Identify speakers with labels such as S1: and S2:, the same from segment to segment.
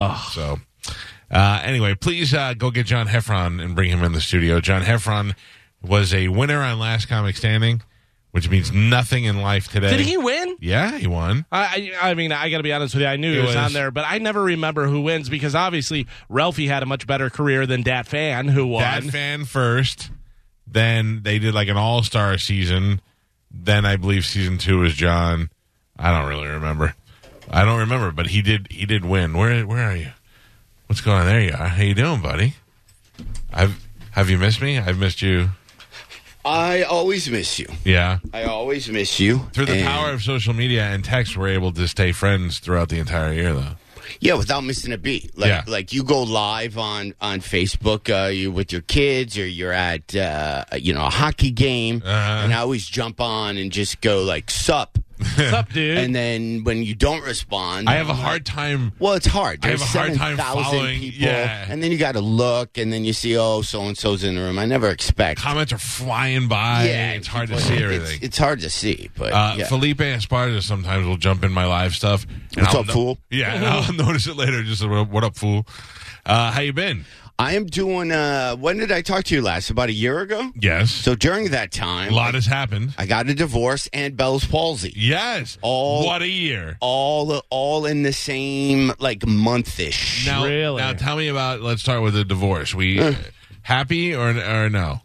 S1: Ugh.
S2: So, uh, anyway, please uh, go get John Heffron and bring him in the studio. John Heffron was a winner on Last Comic Standing, which means nothing in life today.
S1: Did he win?
S2: Yeah, he won.
S1: I, I I mean, I got to be honest with you. I knew he
S2: It
S1: was,
S2: was-
S1: on there, but I never remember who wins because obviously Ralphie had a much better career than Dat Fan, who won.
S2: That fan first. Then they did like an all star season. Then I believe season two was John. I don't really remember. I don't remember, but he did. He did win. Where Where are you? What's going on? There you are. How you doing, buddy? I've Have you missed me? I've missed you.
S3: I always miss you.
S2: Yeah.
S3: I always miss you.
S2: Through the
S3: And-
S2: power of social media and text, we're able to stay friends throughout the entire year, though.
S3: Yeah, without missing a beat. Like
S2: Yeah.
S3: like you go live on on Facebook, uh, you with your kids, or you're at uh, you know a hockey game,
S2: Uh-huh.
S3: and I always jump on and just go like sup,
S1: Sup, dude?
S3: and then when you don't respond,
S2: I have a hard time.
S3: well, it's hard.
S2: I have
S3: There's
S2: a hard time
S3: 7,000
S2: following-
S3: people,
S2: yeah.
S3: and then you got to look, and then you see oh so and so's in the room. I never expect.
S2: Comments are flying by. it's hard to
S3: people-
S2: see
S3: it's-
S2: everything.
S3: It's, hard to see, but
S2: Uh,
S3: yeah.
S2: Felipe Esparza sometimes will jump in my live stuff. and
S3: What's
S2: I'll
S3: up, fool?
S2: Yeah, and I'll notice it later. Just what up, fool? Uh, how you been?
S3: I am doing. Uh, when did I talk to you last? About a year ago.
S2: Yes,
S3: So during that time,
S2: a lot has happened.
S3: I got a divorce and Bell's palsy.
S2: Yes,
S3: All-
S2: what a year.
S3: All all in the same like monthish.
S2: Now,
S1: Really?
S2: now tell me about. Let's start with the divorce. We happy or or no?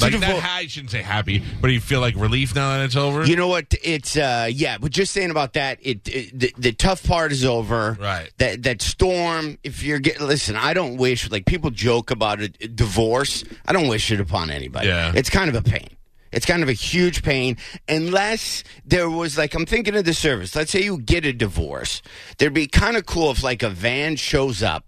S2: Like
S3: a
S2: not,
S3: divor-
S2: ha- I shouldn't say happy, but do you feel like relief now that it's over?
S3: You know what? It's uh yeah, but just saying about that, it, it the, the tough part is over.
S2: Right.
S3: That that storm. If you're getting listen, I don't wish like people joke about a a divorce. I don't wish it upon anybody.
S2: Yeah.
S3: It's kind of a pain. It's kind of a huge pain unless there was like I'm thinking of the service. Let's say you get a divorce. There'd be kind of cool if like a van shows up,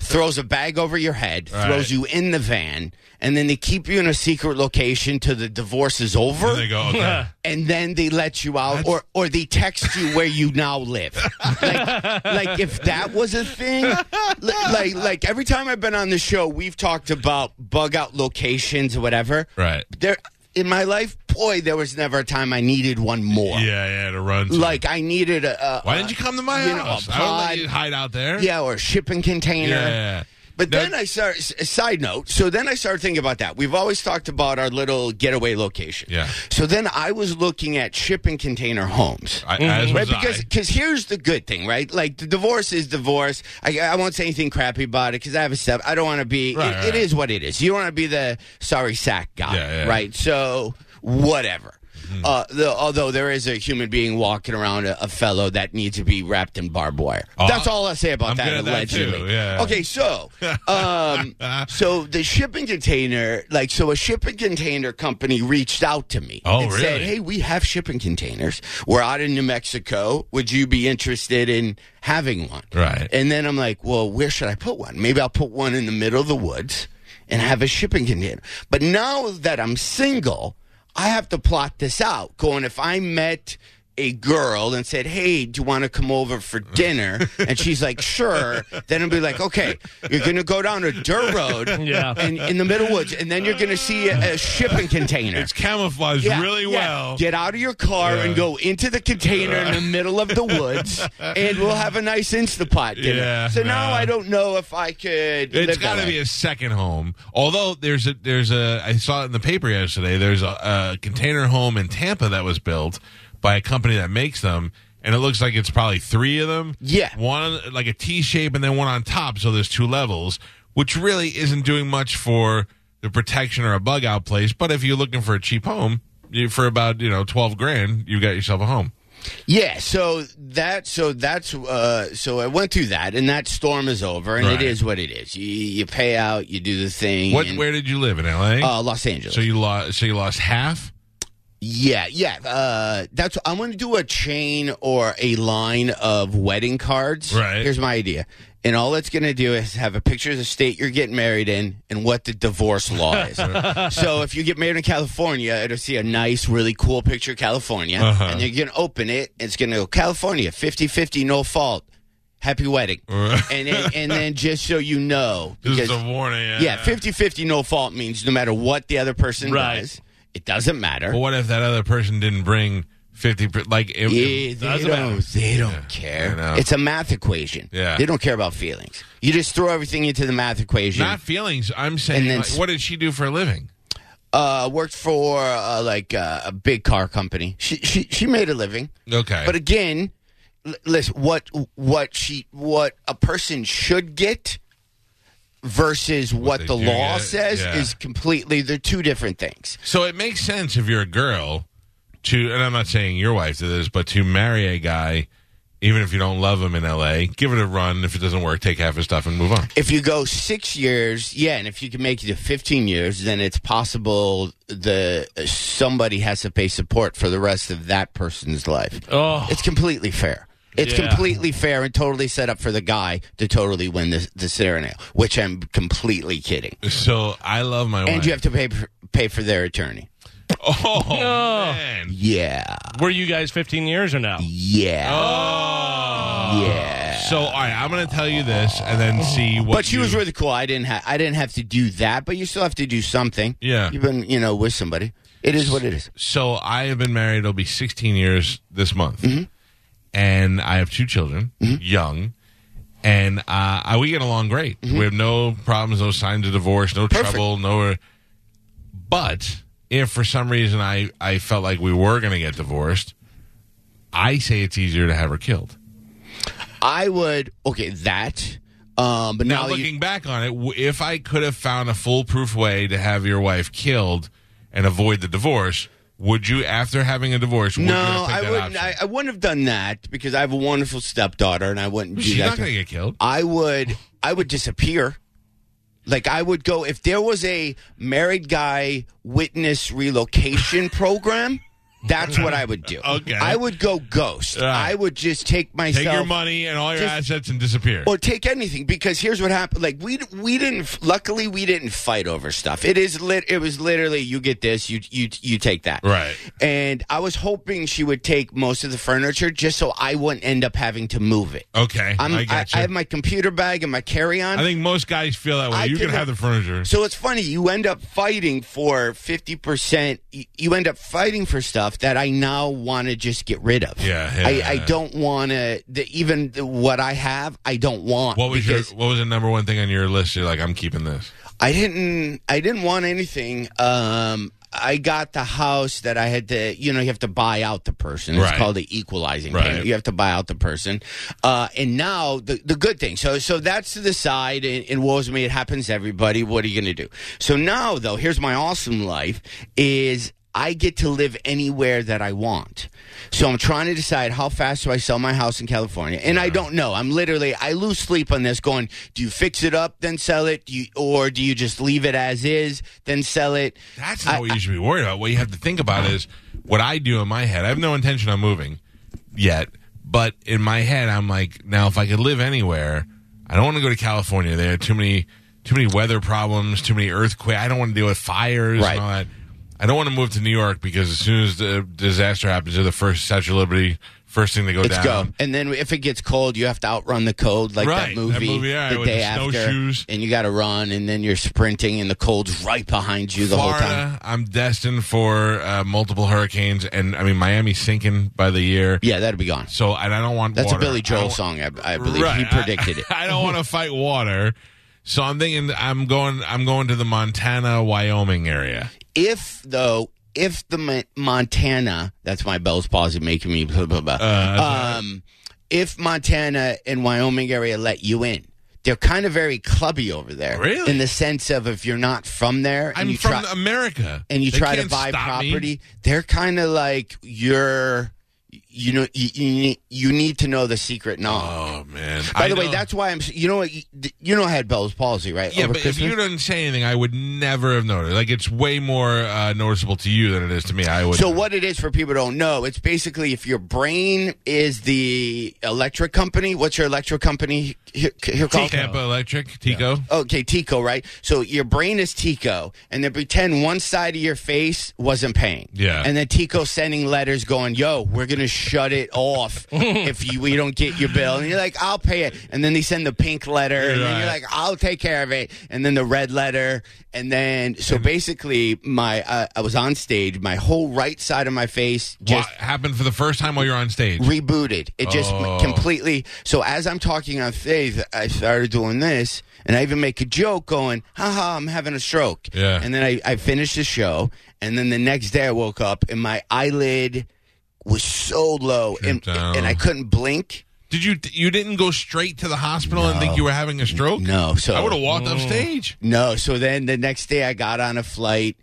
S3: throws a bag over your head,
S2: Right.
S3: throws you in the van, and then they keep you in a secret location till the divorce is over
S2: and they go, okay.
S3: and then they let you out or, or they text you where you now live like, like if that was a thing li- like like every time i've been on the show we've talked about bug out locations or whatever
S2: Right.
S3: there in my life boy there was never a time i needed one more
S2: yeah, yeah, to run. to-
S3: like i needed a, a
S2: why didn't you come to my
S3: you know, a
S2: house? I don't
S3: pod-
S2: let you hide out there.
S3: yeah or a shipping container
S2: yeah.
S3: but
S2: Now-
S3: then I start. s- Side note. So then I started thinking about that. We've always talked about our little getaway location.
S2: Yeah.
S3: So then I was looking at shipping container homes.
S2: I, as
S3: Mm-hmm. Right,
S2: was I.
S3: because because here's the good thing, right? Like the divorce is divorce. I, I won't say anything crappy about it because I have a step. I don't want to be.
S2: Right,
S3: it,
S2: right,
S3: it is what it is. You don't want to be the sorry sack guy,
S2: Yeah, Hmm. yeah.
S3: right? So whatever. Uh, the, although there is a human being walking around a, a fellow that needs to be wrapped in barbed wire.
S2: Oh,
S3: That's all I say about
S2: I'm good at
S3: that
S2: that, too,
S3: allegedly.
S2: yeah.
S3: Okay, so um, so the shipping container, like, so a shipping container company reached out to me
S2: Oh,
S3: and said,
S2: really?
S3: "Hey, we have shipping containers. We're out in New Mexico. Would you be interested in having one?"
S2: Right.
S3: And then I'm like, "Well, where should I put one? Maybe I'll put one in the middle of the woods and have a shipping container." But now that I'm single, I have to plot this out. Going, if I met a girl and said, "Hey, do you want to come over for dinner?" and she's like, "Sure," then I'll be like, "Okay, you're going to go down a dirt road,
S1: Yeah.
S3: in, in the middle woods, and then you're going to see a, a shipping container."
S2: it's camouflaged
S3: Yeah,
S2: really
S3: yeah.
S2: well.
S3: Get out of your car
S2: Yeah.
S3: and go into the container in the middle of the woods, and we'll have a nice Instapot dinner.
S2: Yeah,
S3: so now
S2: nah.
S3: I don't know if I
S2: It's
S3: could. live
S2: got to
S3: that
S2: be
S3: way.
S2: a second home. Although there's a there's a I saw it in the paper yesterday. There's a, a container home in Tampa that was built by a company that makes them, and it looks like it's probably three of them.
S3: Yeah.
S2: one on- like a T shape, and then one on top. So there's two levels, which really isn't doing much for the protection or a bug out place. But if you're looking for a cheap home you, for about you know twelve grand, you got yourself a home.
S3: yeah. So that. So that's. Uh, so I went through that, and that storm is over, and
S2: Right.
S3: it is what it is. You, you pay out, you do the thing.
S2: What?
S3: and-
S2: Where did you live in L.A.?
S3: Uh, Los Angeles.
S2: so you lost. So you lost half.
S3: yeah, yeah. Uh, that's. I'm going to do a chain or a line of wedding cards.
S2: Right.
S3: Here's my idea. And all it's going to do is have a picture of the state you're getting married in and what the divorce law is. so if you get married in California, it'll see a nice, really cool picture of California.
S2: Uh-huh.
S3: And you're going to open it. It's going to go California 50 50, no fault. Happy wedding.
S2: Right.
S3: and, then, and then just so you know.
S2: This
S3: because-
S2: is a warning.
S3: yeah, 50 50 no fault means no matter what the other person
S1: Right.
S3: does, it doesn't matter.
S2: But what if that other person didn't bring fifty. per- Like it,
S3: Yeah,
S2: it-
S3: they
S1: Doesn't
S3: don't,
S1: matter.
S3: they don't
S2: Yeah, I
S3: care.
S2: know.
S3: It's a math equation.
S2: Yeah.
S3: They don't care about feelings. You just throw everything into the math equation.
S2: not feelings. I'm saying,
S3: And then
S2: like,
S3: s-
S2: what did she do for a living?
S3: uh, worked for uh, like uh, a big car company. She she she made a living.
S2: Okay,
S3: But again, l- listen, what what she what a person should get versus what,
S2: they
S3: the
S2: do
S3: law
S2: get,
S3: says
S2: yeah.
S3: is completely they're two different things.
S2: so it makes sense if you're a girl to, and I'm not saying your wife did this, but to marry a guy, even if you don't love him in L.A., give it a run. If it doesn't work, take half his stuff and move on.
S3: If you go six years, yeah, and if you can make it to fifteen years, then it's possible the uh, somebody has to pay support for the rest of that person's life.
S1: Oh.
S3: It's completely fair. It's
S1: Yeah.
S3: completely fair and totally set up for the guy to totally win the the scenario, which I'm completely kidding.
S2: So I love my
S3: And
S2: wife.
S3: you have to pay pay for their attorney.
S2: oh man,
S3: Yeah,
S1: Were you guys 15 years or no?
S3: yeah,
S2: oh.
S3: yeah.
S2: So all right, I'm going to tell you this, and then see what.
S3: But she
S2: you-
S3: was really cool. I didn't have I didn't have to do that, but you still have to do something.
S2: Yeah.
S3: you've been you know with somebody. It is what it is.
S2: so I have been married. It'll be 16 years this month,
S3: Mm-hmm.
S2: and I have two children, young, and uh, I- we get along great. We have no problems, no signs of divorce, no
S3: Mm-hmm. Perfect.
S2: trouble, no. But if for some reason I I felt like we were going to get divorced, I say it's easier to have her killed.
S3: I would okay that. Um, but
S2: Now
S3: now, you,
S2: looking back on it, w- if I could have found a foolproof way to have your wife killed and avoid the divorce. Would you, after having a divorce, would you
S3: no,
S2: have picked
S3: I
S2: that
S3: wouldn't.
S2: option?
S3: I, I wouldn't have done that because I have a wonderful stepdaughter, and I wouldn't do
S2: She's not
S3: that. to- Uh,
S2: going to get killed.
S3: I would. I would disappear. Like I would go if there was a married guy witness relocation program. That's what I would do.
S2: Okay.
S3: I would go ghost.
S2: All right.
S3: I would just take myself
S2: Take your money and all your
S3: Just-
S2: assets and disappear.
S3: or take anything because here's what happened like we we didn't luckily we didn't fight over stuff it is lit it was literally you get this you you you take that
S2: Right.
S3: and i was hoping she would take most of the furniture just so i wouldn't end up having to move it
S2: okay,
S3: I'm,
S2: I
S3: I,
S2: got you.
S3: I
S2: I,
S3: have my computer bag and my carry-on
S2: think most guys feel that way.
S3: I
S2: you can
S3: could-
S2: have the furniture.
S3: so it's funny you end up fighting for 50% y- you end up fighting for stuff that i now want to just get rid of
S2: Yeah, yeah,
S3: i, I
S2: yeah.
S3: don't want to even the, what i have i don't want
S2: What was
S3: because
S2: your What was the number one thing on your list? You're like, I'm keeping this.
S3: I didn't I didn't want anything. Um I got the house that I had to you know, you have to buy out the person. It's
S2: Right.
S3: called the equalizing
S2: Right.
S3: payment. You have to buy out the person. Uh and now the the good thing. So so that's to the side and, and woes me, it happens to everybody. What are you gonna do? So now though, here's my awesome life is I get to live anywhere that I want. So I'm trying to decide how fast do I sell my house in California? And I don't know. I'm literally I lose sleep on this going, do you fix it up then sell it? Do you, or do you just leave it as is then sell it?
S2: That's not what you should be worried about. What you have to think about is what I do in my head. I have no intention of moving yet, but in my head, I'm like, now if I could live anywhere, I don't want to go to California. There are too many, too many weather problems, too many earthquakes. I don't want to deal with fires
S3: Right.
S2: and all that. I don't want to move to New York because as soon as the disaster happens, they're the first Statue of Liberty, first thing to go
S3: Let's
S2: down.
S3: go. And then if it gets cold, you have to outrun the cold like
S2: Right.
S3: that
S2: That
S3: movie,
S2: movie, yeah,
S3: the
S2: with
S3: day
S2: the
S3: after.
S2: snowshoes.
S3: And you got to run, and then you're sprinting, and the cold's right behind you the whole time.
S2: Florida, I'm destined for uh, multiple hurricanes, and I mean Miami's sinking by the year.
S3: Yeah, that'll be gone.
S2: So and I don't want
S3: That's
S2: water.
S3: a Billy
S2: I
S3: Joel
S2: don't-
S3: song, I, I believe.
S2: Right.
S3: He predicted it.
S2: I don't want to fight water, so I'm thinking I'm going. I'm going to the Montana, Wyoming area.
S3: If though, if the Mon- Montana, that's my Bell's palsy making me blah
S2: Uh,
S3: blah blah. um, if Montana and Wyoming area let you in, they're kind of very clubby over there.
S2: Really?
S3: in the sense of if you're not from there, and
S2: I'm
S3: you
S2: from
S3: try
S2: America,
S3: and you
S2: They
S3: try to
S2: can't
S3: buy
S2: stop me.
S3: property, they're kind of like you're. You know, you, you need- you need to know the secret knowledge.
S2: Oh man!
S3: By
S2: I
S3: the way,
S2: know-
S3: that's why I'm. You know what? You, you know, I had Bell's palsy, right?
S2: yeah.
S3: over
S2: But
S3: Christmas?
S2: if you didn't say anything, I would never have noticed. Like it's way more uh, noticeable to you than it is to me. I would.
S3: So what it is for people who don't know, it's basically if your brain is the electric company. What's your electric company here, here called?
S2: Tampa Electric, Tico.
S3: Oh, Okay, Tico, right? So your brain is Tico, and then pretend one side of your face wasn't paying.
S2: Yeah.
S3: And then Tico sending letters going, "Yo, we're gonna shut it off if you we don't get your bill. And you're like, I'll pay it. And then they send the pink letter, and then you're
S2: Right.
S3: like, I'll take care of it. And then the red letter, and then so basically, my uh, I was on stage, my whole right side of my face
S2: What
S3: just
S2: happened for the first time while you're on stage?
S3: rebooted. It just
S2: Oh.
S3: completely. So as I'm talking on faith, I started doing this, and I even make a joke going, haha, I'm having a stroke.
S2: Yeah.
S3: And then I, I finished the show, and then the next day I woke up, and my eyelid was so low, and,
S2: down.
S3: and I couldn't blink.
S2: Did you you didn't go straight to the hospital and think you were having a stroke?
S3: No, so
S2: I would have walked off stage.
S3: No, so then the next day I got on a flight,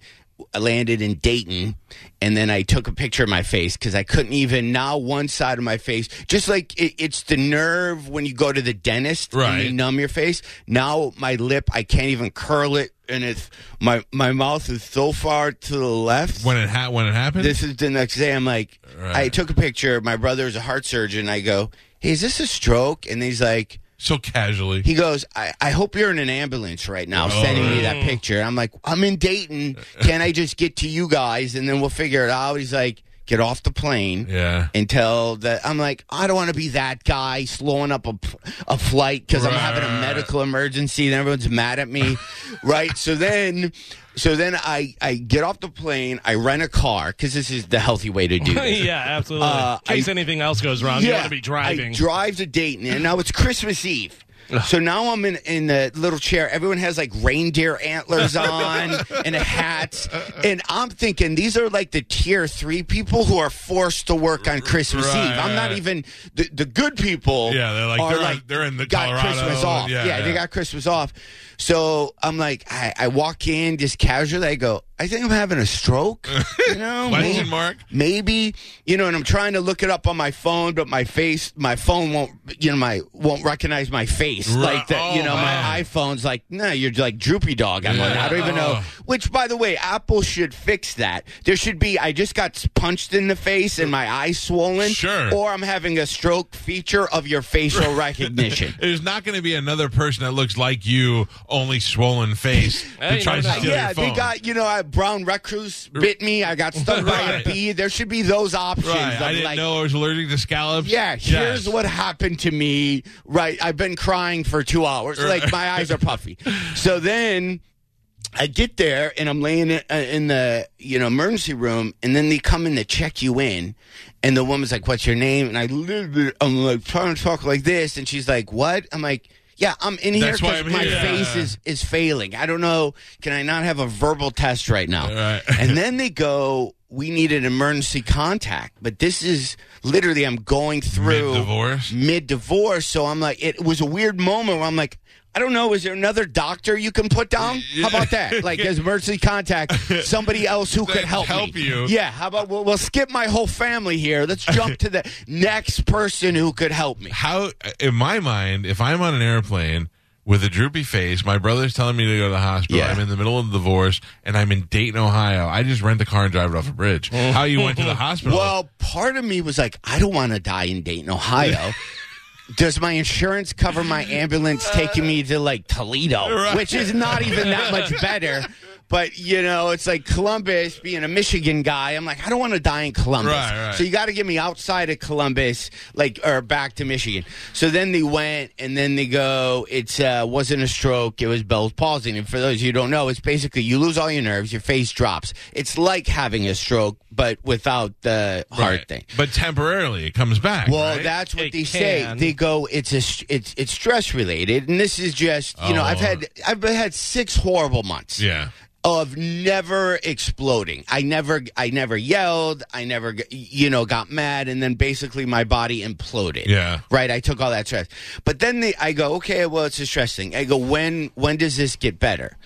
S3: I landed in Dayton, and then I took a picture of my face because I couldn't even now one side of my face, just like it, it's the nerve when you go to the dentist and they
S2: Right.
S3: numb your face. Now my lip, I can't even curl it, and it's my my mouth is so far to the left.
S2: When it ha- when it happened,
S3: this is the next day. I'm like,
S2: Right.
S3: I took a picture. My brother's a heart surgeon. I go, hey, is this a stroke? And he's like.
S2: so casually.
S3: He goes, I, I hope you're in an ambulance right now sending me that picture. I'm like, I'm in Dayton. Can I just get to you guys and then we'll figure it out? He's like, get off the plane
S2: yeah.
S3: until the. I'm like, I don't want to be that guy slowing up a, p- a flight because I'm having a
S2: Right.
S3: medical emergency and everyone's mad at me. right. So then. So then I, I get off the plane, I rent a car because this is the healthy way to do this.
S1: yeah, absolutely.
S3: Uh,
S1: In case
S3: I-
S1: anything else goes wrong, you want to be driving.
S3: I drive to Dayton, and now it's Christmas Eve. So now I'm in in the little chair. Everyone has like reindeer antlers on and a hat, and I'm thinking these are like the tier three people who are forced to work on Christmas
S2: Right.
S3: Eve. I'm not even the, the good people.
S2: Yeah, they're like-
S3: are
S2: they're on- they're in the
S3: got
S2: Colorado,
S3: Christmas off.
S2: yeah,
S3: they
S2: yeah.
S3: got Christmas off. So I'm like, I, I walk in just casually. I go, I think I'm having a stroke. You know,
S2: Question
S3: Maybe-
S2: mark?
S3: maybe you know and i'm trying to look it up on my phone but my face my phone won't you know my won't recognize my face
S2: Right.
S3: like that you
S2: Oh,
S3: know my
S2: man.
S3: iphone's like no you're like droopy dog i'm like i don't even know
S2: Yeah.
S3: which by the way apple should fix that there should be i just got punched in the face and my eyes swollen
S2: Sure.
S3: or i'm having a stroke feature of your facial recognition
S2: There's not going to be another person that looks like you, only swollen face,
S1: Hey,
S2: to try
S1: no,
S2: to
S1: no.
S2: steal
S3: yeah,
S2: your phone.
S3: they got you know a brown recluse bit me. I got stung
S2: Right.
S3: by a bee. There should be those options.
S2: right.
S3: of
S2: I didn't
S3: like,
S2: know I was allergic to scallops.
S3: Yeah, here's
S2: Yes.
S3: what happened to me. Right, I've been crying for two hours. Like my eyes are puffy. So then I get there and I'm laying in, uh, in the you know emergency room, and then they come in to check you in, and the woman's like, "What's your name?" And I literally, I'm like trying to talk like this, and she's like, "What?" I'm like. Yeah, I'm in here
S2: That's why
S3: because
S2: I'm
S3: my
S2: here."
S3: face
S2: Yeah.
S3: is, is failing. I don't know. Can I not have a verbal test right now?
S2: Right.
S3: and then they go, "We need an emergency contact." But this is literally, I'm going through
S2: Mid-divorce?
S3: mid-divorce, So I'm like, it was a weird moment where I'm like, I don't know, is there another doctor you can put down? How about that? Like, as emergency contact, somebody else who could
S2: That
S3: help
S2: help
S3: me.
S2: you.
S3: Yeah. How about we'll, we'll skip my whole family here. Let's jump to the next person who could help me.
S2: How, in my mind, if I'm on an airplane with a droopy face, my brother's telling me to go to the hospital,
S3: Yeah.
S2: I'm in the middle of a divorce, and I'm in Dayton, Ohio, I just rent a car and drive it off a bridge. How you went to the hospital?
S3: Well, part of me was like, I don't want to die in Dayton, Ohio. Does my insurance cover my ambulance taking me to like Toledo,
S2: Uh, Right.
S3: which is not even that much better? But you know, it's like Columbus being a Michigan guy. I'm like, I don't want to die in Columbus.
S2: Right, right.
S3: So you got to get me outside of Columbus, like or back to Michigan. So then they went, and then they go. It uh, wasn't a stroke; it was Bell's palsy. And for those who don't know, it's basically you lose all your nerves, your face drops. It's like having a stroke, but without the heart
S2: Right.
S3: thing.
S2: But temporarily, it comes back.
S3: Well,
S2: right?
S3: that's what
S1: It
S3: they
S1: can.
S3: say. They go, it's a, st- it's it's stress related, and this is just you know
S2: Oh.
S3: I've had I've had six horrible months
S2: Yeah.
S3: of never exploding. I never I never yelled. I never g- you know got mad, and then basically my body imploded.
S2: Yeah.
S3: Right, I took all that stress, but then they, I go, okay, well, it's a stress thing. I go, when when does this get better?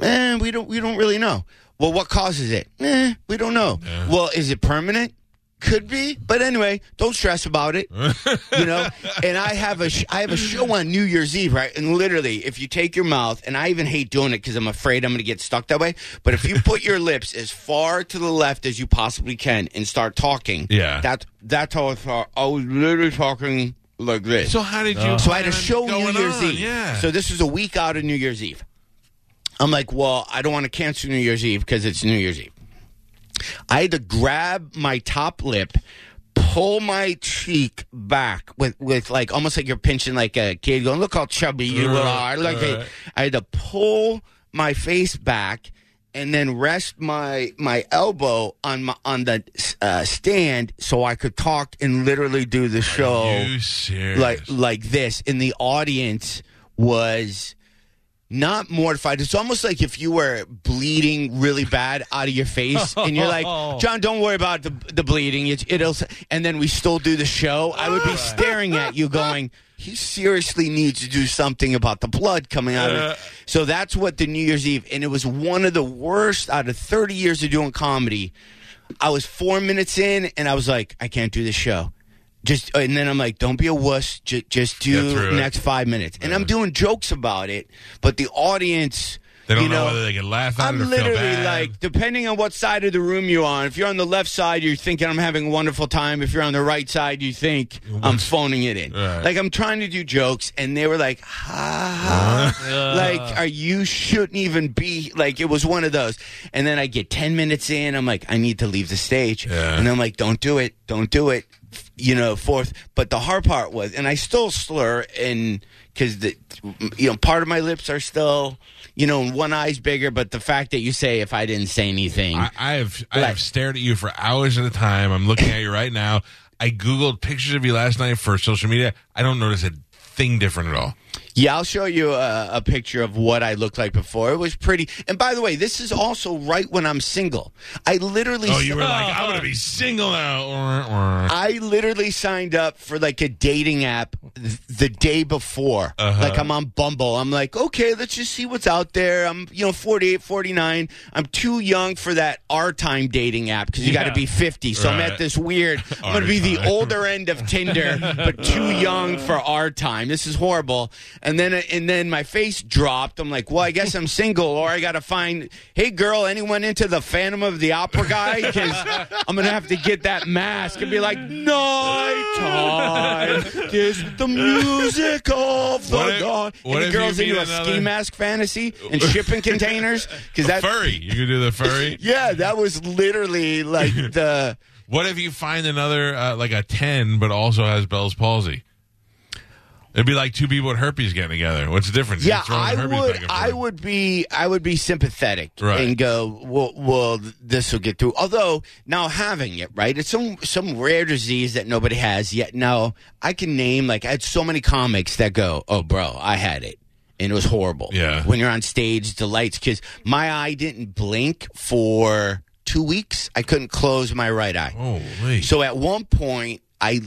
S3: Eh, we don't we don't really know. Well, what causes it? Eh, we don't know. Well, is it permanent? Could be, but anyway, don't stress about it. you know, and I have a sh- I have a show on New Year's Eve, right? And literally, if you take your mouth, and I even hate doing it because I'm afraid I'm going to get stuck that way. But if you put your lips as far to the left as you possibly can and start talking,
S2: Yeah.
S3: that that's how I thought. I was literally talking like this.
S2: So how did you?
S3: So I had a
S2: plan
S3: show New
S2: Uh-huh. going
S3: Year's
S2: on?
S3: Eve.
S2: Yeah.
S3: So this was a week out of New Year's Eve. I'm like, well, I don't want to cancel New Year's Eve because it's New Year's Eve. I had to grab my top lip, pull my cheek back with, with like almost like you're pinching like a kid going, Look how chubby you are. Like
S2: Uh-huh. Right.
S3: I had to pull my face back and then rest my my elbow on my on the uh, stand so I could talk and literally do the show
S2: you serious?
S3: oh, like like this and the audience was not mortified it's almost like if you were bleeding really bad out of your face and you're like john don't worry about the, the bleeding it, it'll s-" and then we still do the show i would be staring at you going he seriously needs to do something about the blood coming out of
S2: Uh.
S3: it so that's what the new year's eve and it was one of the worst out of 30 years of doing comedy I was four minutes in, and I was like, I can't do this show. Just and then I'm like, don't be a wuss. J- just
S2: Get
S3: do
S2: through it.
S3: next five minutes. And I'm doing jokes about it, but the audience,
S2: they don't
S3: you
S2: know,
S3: know,
S2: whether they can laugh at
S3: I'm
S2: it or feel
S3: literally
S2: bad.
S3: like, depending on what side of the room you're on. If you're on the left side, you're thinking I'm having a wonderful time. If you're on the right side, you think I'm phoning it in.
S2: Right.
S3: Like I'm trying to do jokes, and they were like, ha, ha. like, are you shouldn't even be like. It was one of those. And then I get ten minutes in, I'm like, I need to leave the stage,
S2: Yeah.
S3: and I'm like, don't do it, don't do it. You know, fourth. But the hard part was, and I still slur, and because the, you know, part of my lips are still, you know, and one eye's bigger. But the fact that you say if I didn't say anything,
S2: I, I have I
S3: Like-
S2: have stared at you for hours at a time. I'm looking at you right now. I googled pictures of you last night for social media. I don't notice a thing different at all.
S3: Yeah, I'll show you a, a picture of what I looked like before. It was pretty. And by the way, this is also right when I'm single. I literally,
S2: Oh, you were like, I'm gonna be single now.
S3: I literally signed up for like a dating app th- the day before.
S2: Uh-huh.
S3: Like I'm on Bumble. I'm like, okay, let's just see what's out there. I'm, you know, 48, 49. I'm too young for that our time dating app because you got
S1: Yeah.
S3: to be 50. So I'm
S2: Right.
S3: at this weird. I'm going to be the
S2: time.
S3: older end of Tinder, but too young for our time. This is horrible. And then and then my face dropped. I'm like, well, I guess I'm single, or I got to find. Hey, girl, anyone into the Phantom of the Opera guy? Because I'm gonna have to get that mask and be like, nighttime is the music of the
S2: What if-
S3: dawn.
S2: what
S3: And the
S2: if
S3: girls
S2: you meet
S3: into a
S2: another-
S3: ski mask fantasy and shipping containers because that.
S2: furry. You can do the furry.
S3: Yeah, that was literally like the.
S2: What if you find another uh, like a ten, but also has Bell's palsy? It'd be like two people with herpes getting together. What's the difference?
S3: Yeah,
S2: You're throwing
S3: I
S2: herpes back
S3: would.
S2: and
S3: I
S2: forth.
S3: would be. I would be sympathetic
S2: Right.
S3: and go, "Well, well this will get through." Although now having it, right? It's some some rare disease that nobody has yet. Now I can name like I had so many comics that go, "Oh, bro, I had it." And it was horrible.
S2: Yeah.
S3: When you're on stage, the lights, because my eye didn't blink for two weeks. I couldn't close my right eye.
S2: Oh, Holy.
S3: So at one point, I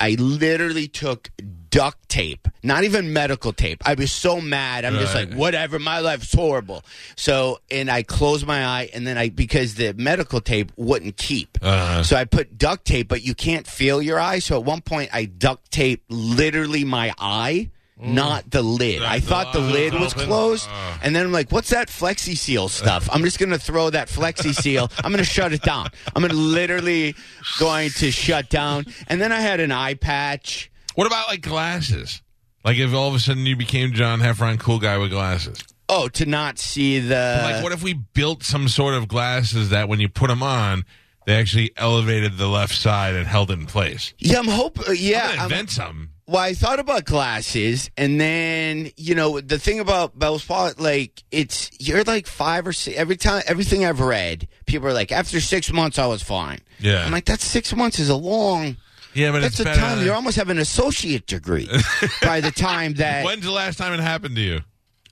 S3: I literally took duct tape, not even medical tape. I was so mad. I'm just
S2: Right.
S3: like, whatever. My life's horrible. So and I closed my eye, and then I because the medical tape wouldn't keep.
S2: Uh-huh.
S3: So I put duct tape, but you can't feel your eye. So at one point, I duct taped literally my eye. Not the lid. I
S2: Not the
S3: thought the
S2: eye
S3: lid was
S2: open. Uh.
S3: closed, and then I'm like, "What's that Flexi Seal stuff?" I'm just gonna throw that Flexi Seal. I'm gonna shut it down. I'm gonna literally going to shut down. And then I had an eye patch.
S2: What about like glasses? Like if all of a sudden you became John Heffron, cool guy with glasses.
S3: Oh, to not see the
S2: like what if we built some sort of glasses that when you put them on they actually elevated the left side and held it in place
S3: yeah. I'm hope uh,
S2: I'm
S3: yeah.
S2: gonna
S3: I'm-
S2: invent some
S3: well, I thought about glasses, and then you know the thing about Bell's Paw, like it's you're like five or six. Every time, everything I've read, people are like, after six months, I was fine.
S2: Yeah.
S3: I'm like that. Six months is a long.
S2: yeah but
S3: That's
S2: it's
S3: the
S2: better
S3: time
S2: than-
S3: you almost have an associate degree by the time that
S2: when's the last time it happened to you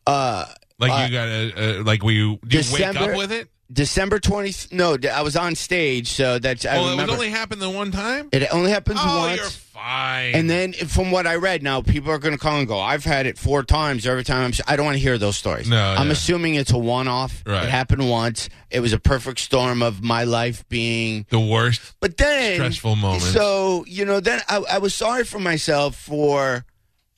S2: uh like you got a, uh like we you, do you wake
S3: December-
S2: up with it
S3: December 20th. No, d- I was on stage, so that's. I
S2: well it was
S3: remember.
S2: only happened the one time
S3: it only happens
S2: oh
S3: once.
S2: you're fine
S3: and then, from what I read, now people are going to call and go. I've had it four times. Every time I'm, s- I don't want to hear those stories.
S2: No,
S3: I'm
S2: yeah.
S3: assuming it's a one-off.
S2: Right.
S3: It happened once. It was a perfect storm of my life being
S2: the worst
S3: But then
S2: Stressful moments.
S3: So you know, then I, I was sorry for myself for.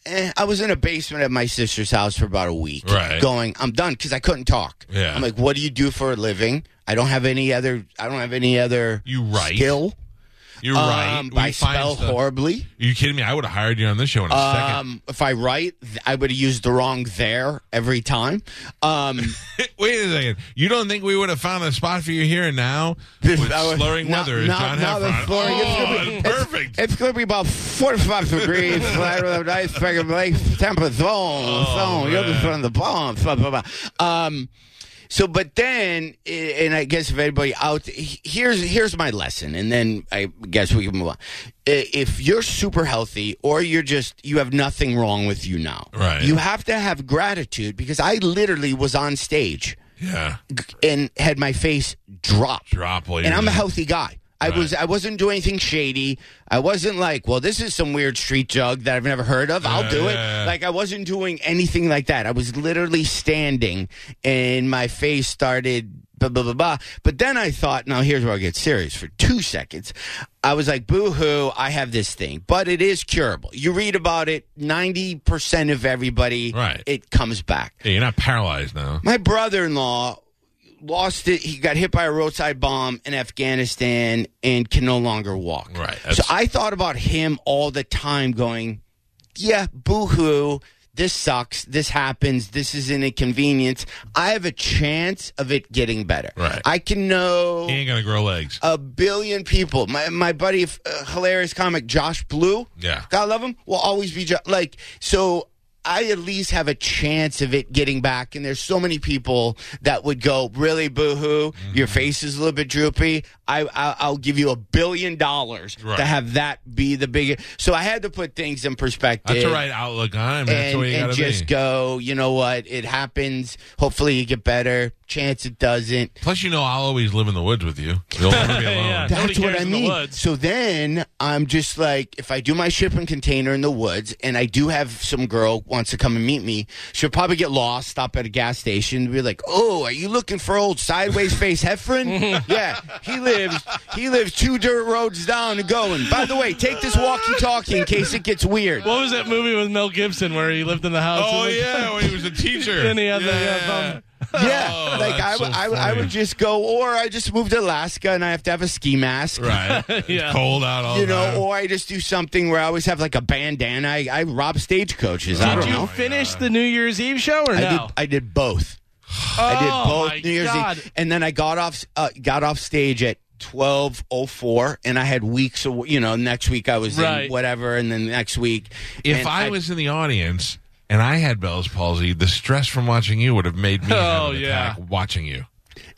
S3: Eh, I was in a basement at my sister's house for about a week,
S2: Right.
S3: going, I'm done because I couldn't talk.
S2: Yeah.
S3: I'm like, what do you do for a living? I don't have any other. I don't have any other
S2: You write.
S3: skill.
S2: You're right.
S3: Um,
S2: We
S3: I
S2: find
S3: spell
S2: stuff.
S3: horribly.
S2: Are you kidding me? I would have hired you on this show in a second.
S3: Um, if I write, th- I would have used the wrong there every time. Um,
S2: Wait a second. You don't think we would have found a spot for you here and now with
S3: I was-
S2: slurring
S3: now-
S2: weather? as
S3: now-
S2: John
S3: now the
S2: Heffron?
S3: slurring- it's
S2: Oh,
S3: gonna be-
S2: that's perfect.
S3: It's going to be about 45 degrees. I don't know, nice fucking place, temper zone.
S2: Oh,
S3: zone. You're just on the bomb. Blah, blah, blah. Um, so, but then, eh, and I guess if anybody out he- here's here's my lesson, and then I guess we can move on. I- If you're super healthy, or you're just you have nothing wrong with you now,
S2: Right.
S3: You have to have gratitude because I literally was on stage
S2: yeah.
S3: and had my face drop.
S2: Drop later.
S3: And I'm a healthy guy. I was I wasn't doing anything shady. I wasn't like, well, this is some weird street jug that I've never heard of. I'll
S2: Yeah,
S3: do
S2: yeah,
S3: it.
S2: Uh, yeah.
S3: Like I wasn't doing anything like that. I was literally standing and my face started blah blah blah blah. But then I thought, now here's where I get serious for two seconds. I was like, boo hoo, I have this thing. But it is curable. You read about it, ninety percent of everybody
S2: Right.
S3: it comes back.
S2: Yeah, you're not paralyzed now.
S3: My brother in law lost it. He got hit by a roadside bomb in Afghanistan and can no longer walk.
S2: Right,
S3: So
S2: that's-
S3: I thought about him all the time going, yeah, boo hoo. This sucks. This happens. This is an inconvenience. I have a chance of it getting better.
S2: Right.
S3: I can know
S2: He ain't gonna grow legs.
S3: a billion people. My my buddy, uh, hilarious comic Josh Blue.
S2: Yeah.
S3: God love him. Will always be jo- like so. I at least have a chance of it getting back. And there's so many people that would go, really, boo-hoo.
S2: Mm-hmm.
S3: Your face is a little bit droopy. I, I I'll give you a billion dollars
S2: Right.
S3: to have that be the biggest. So I had to put things in perspective
S2: That's the right outlook on it. man. That's the
S3: and,
S2: way you
S3: and
S2: gotta
S3: just
S2: be.
S3: go. You know what? It happens. Hopefully, you get better. Chance it doesn't.
S2: Plus, you know, I'll always live in the woods with you. You'll never be alone.
S1: Yeah. Nobody
S3: That's what
S1: cares
S3: I
S1: in the
S3: mean.
S1: woods.
S3: So then I'm just like, if I do my shipping container in the woods, and I do have some girl wants to come and meet me, she'll probably get lost, stop at a gas station, and be like, "Oh, are you looking for old sideways face Heffron? yeah, he lives. He lives two dirt roads down and going. By the way, take this walkie-talkie in case it gets weird.
S1: What was that movie with Mel Gibson where he lived in the house?
S2: Oh
S1: and-
S2: yeah, when he was a teacher.
S1: And he had the, uh, bum.
S3: Yeah,
S2: Oh,
S3: like I,
S2: that's
S3: w-
S2: so
S3: I, w- I
S2: funny.
S3: would just go, or I just moved to Alaska and I have to have a ski mask.
S2: Right. It's
S1: Yeah.
S2: cold out all
S3: You
S2: the time.
S3: know, or I just do something where I always have like a bandana. I, I rob stagecoaches. I
S1: Did
S3: don't
S1: you
S3: know.
S1: finish the New Year's Eve show or no?
S3: I did. I did both. I
S1: Oh,
S3: did
S1: my
S3: both New Year's
S1: God.
S3: Eve, and then I got off uh, got off stage at twelve oh four, and I had weeks. Of, you know, next week I was
S1: Right.
S3: in whatever, and then next week.
S2: if
S3: and
S2: I, was in the audience and I had Bell's palsy, the stress from watching you would have made me
S1: Oh,
S2: have an
S1: yeah.
S2: attack watching you.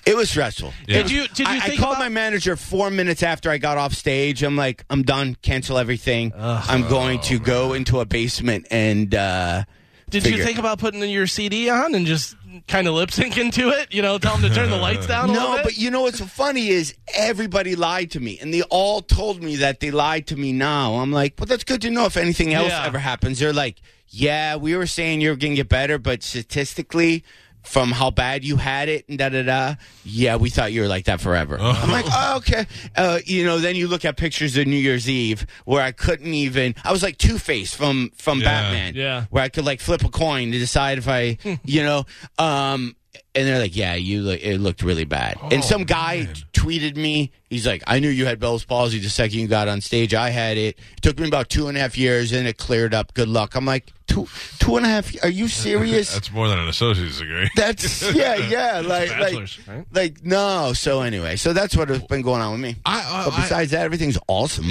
S3: it was stressful.
S1: Did you? Did you
S3: I, I
S1: think
S3: called
S1: about-
S3: my manager four minutes after I got off stage. I'm like, I'm done. Cancel everything. I'm going to
S1: Oh,
S3: go into a basement and. uh
S1: Did
S3: figure-
S1: you think about putting your CD on and just kind of lip syncing to it? You know, tell them to turn the lights down a little
S3: No,
S1: bit.
S3: but you know what's so funny is everybody lied to me, and they all told me that they lied to me. Now I'm like, well, that's good to know. If anything else
S1: Yeah.
S3: ever happens, they're like, yeah, we were saying you're gonna get better, but statistically, from how bad you had it and da da da, yeah, we thought you were like that forever. I'm like, oh, okay, uh, you know. Then you look at pictures of New Year's Eve where I couldn't even. I was like Two Face from from
S2: Yeah.
S3: Batman
S1: Yeah.
S3: where I could like flip a coin to decide if I, you know, um, and they're like, yeah, you look, it looked really bad. and some guy
S2: man.
S3: tweeted me, he's like, I knew you had Bell's palsy the second you got on stage. I had it. It took me about two and a half years, and it cleared up. Good luck. I'm like, two, two and a half. Are you serious?
S2: That's more than an associate's degree.
S3: That's yeah, yeah, like like,
S1: bachelor's, right?
S3: like no. So anyway, so that's what has been going on with me.
S2: I,
S3: but
S2: I, I,
S3: besides that, everything's awesome.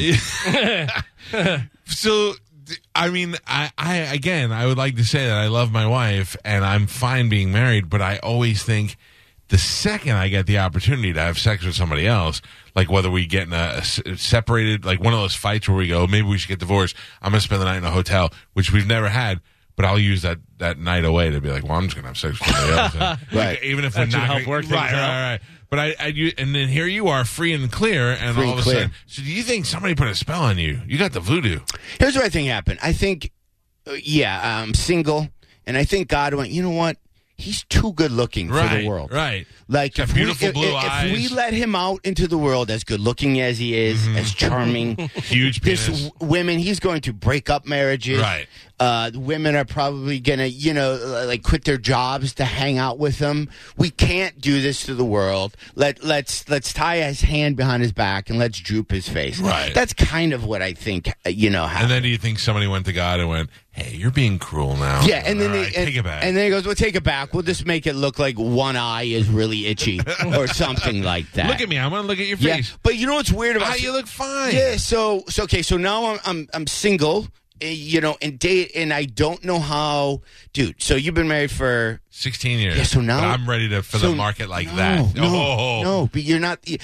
S2: so d- I mean, I, I again, I would like to say that I love my wife and I'm fine being married, but I always think the second I get the opportunity to have sex with somebody else, like whether we get in a, s- separated, like one of those fights where we go, maybe we should get divorced. I'm gonna spend the night in a hotel, which we've never had. But I'll use that, that night away to be like, well, I'm just gonna have sex with somebody else, And-
S3: Right.
S2: Even if
S1: That
S2: we're
S1: should
S2: not
S1: help
S2: gonna-
S1: work things
S2: right, right,
S1: out.
S2: right, right. But I, I you, and then here you are, free and clear, and
S3: Free
S2: all of
S3: and
S2: a
S3: clear.
S2: sudden, so do you think somebody put a spell on you? You got the voodoo.
S3: Here's what I think happened. I think, uh, yeah, I'm single, and I think God went. You know what? he's too good looking for
S2: Right,
S3: the world.
S2: right.
S3: Like
S2: Got
S3: if we,
S2: beautiful
S3: if,
S2: blue
S3: if
S2: eyes. Mm-hmm.
S3: we let him out into the world as good looking as he is, as charming,
S2: Huge
S3: this
S2: penis.
S3: w- women he's going to break up marriages.
S2: Right.
S3: Uh, the women are probably gonna you know l- like quit their jobs to hang out with him. We can't do this to the world. Let let's let's tie his hand behind his back and let's droop his face.
S2: Right.
S3: That's kind of what I think. uh, You know how.
S2: and then do you think somebody went to God and went, "Hey, you're being cruel now"?
S3: Yeah, and then
S2: All
S3: they,
S2: right,
S3: and,
S2: take it back.
S3: and then he goes, "Well, take it back. We'll just make it look like one eye is really itchy or something like that."
S2: look at me. I want to look at your
S3: Yeah,
S2: face.
S3: but you know what's weird about
S2: Ah, you look fine.
S3: Yeah, so so okay, so now I'm I'm I'm single, eh, you know, and date, and I don't know how, dude. So you've been married for
S2: Sixteen years.
S3: Yeah, so now-
S2: But I'm ready to for
S3: so-
S2: the market like
S3: no,
S2: that.
S3: No,
S2: oh,
S3: no, but you're not. you-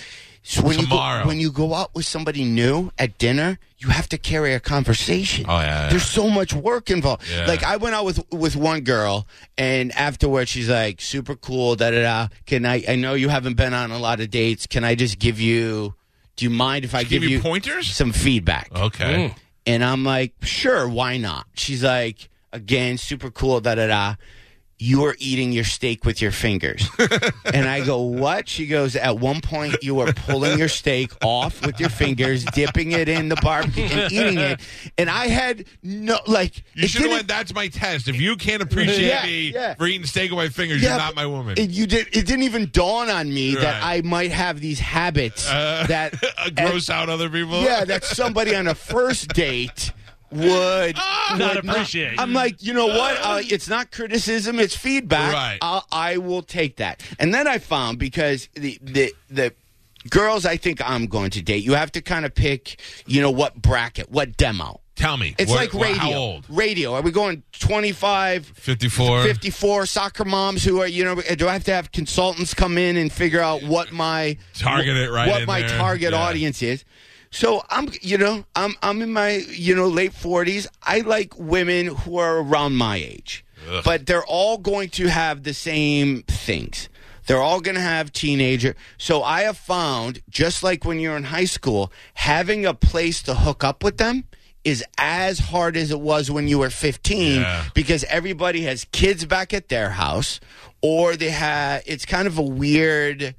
S3: so when you
S2: Tomorrow.
S3: go, when you go out with somebody new at dinner, you have to carry a conversation.
S2: Oh, yeah, yeah.
S3: There's so much work involved.
S2: Yeah.
S3: Like I went out with with one girl, and afterwards she's like, "Super cool, da da da." Can I? I know you haven't been on a lot of dates. Can I just give you? Do you mind if I
S2: give you
S3: you Mm.
S2: pointers?
S3: Some feedback.
S2: Okay.
S3: And I'm like, sure, why not? She's like, again, super cool, da da da. You are eating your steak with your fingers. and I go, what? She goes, at one point, you were pulling your steak off with your fingers, dipping it in the barbecue and eating it. And I had no, like,
S2: You should
S3: it
S2: have
S3: didn't-
S2: went. That's my test. If you can't appreciate
S3: Yeah,
S2: me
S3: yeah.
S2: for eating steak with my fingers,
S3: Yeah,
S2: you're not
S3: but
S2: my woman.
S3: It, you did. It didn't even dawn on me that
S2: Right. Uh,
S3: I might have these habits that
S2: Gross out other people.
S3: yeah, that somebody on a first date would
S2: Ah!
S1: Not
S3: would
S1: appreciate.
S3: I'm like, you know what? Uh, it's not criticism; it's feedback.
S2: Right.
S3: I'll, I will take that. And then I found because the the the girls I think I'm going to date, you have to kind of pick, you know, what bracket, what demo.
S2: Tell me.
S3: It's
S2: what-
S3: like
S2: what-
S3: radio.
S2: How old?
S3: Radio. Are we going 25,
S2: 54.
S3: 54 soccer moms who are you know do I have to have consultants come in and figure out what my
S2: Target it right
S3: what
S2: in
S3: my
S2: there.
S3: target
S2: Yeah.
S3: audience is. So I'm you know I'm I'm in my you know late 40s. I like women who are around my age.
S2: Ugh.
S3: But they're all going to have the same things. They're all going to have teenager. So I have found just like when you're in high school, having a place to hook up with them is as hard as it was when you were 15
S2: Yeah.
S3: because everybody has kids back at their house or they have it's kind of a weird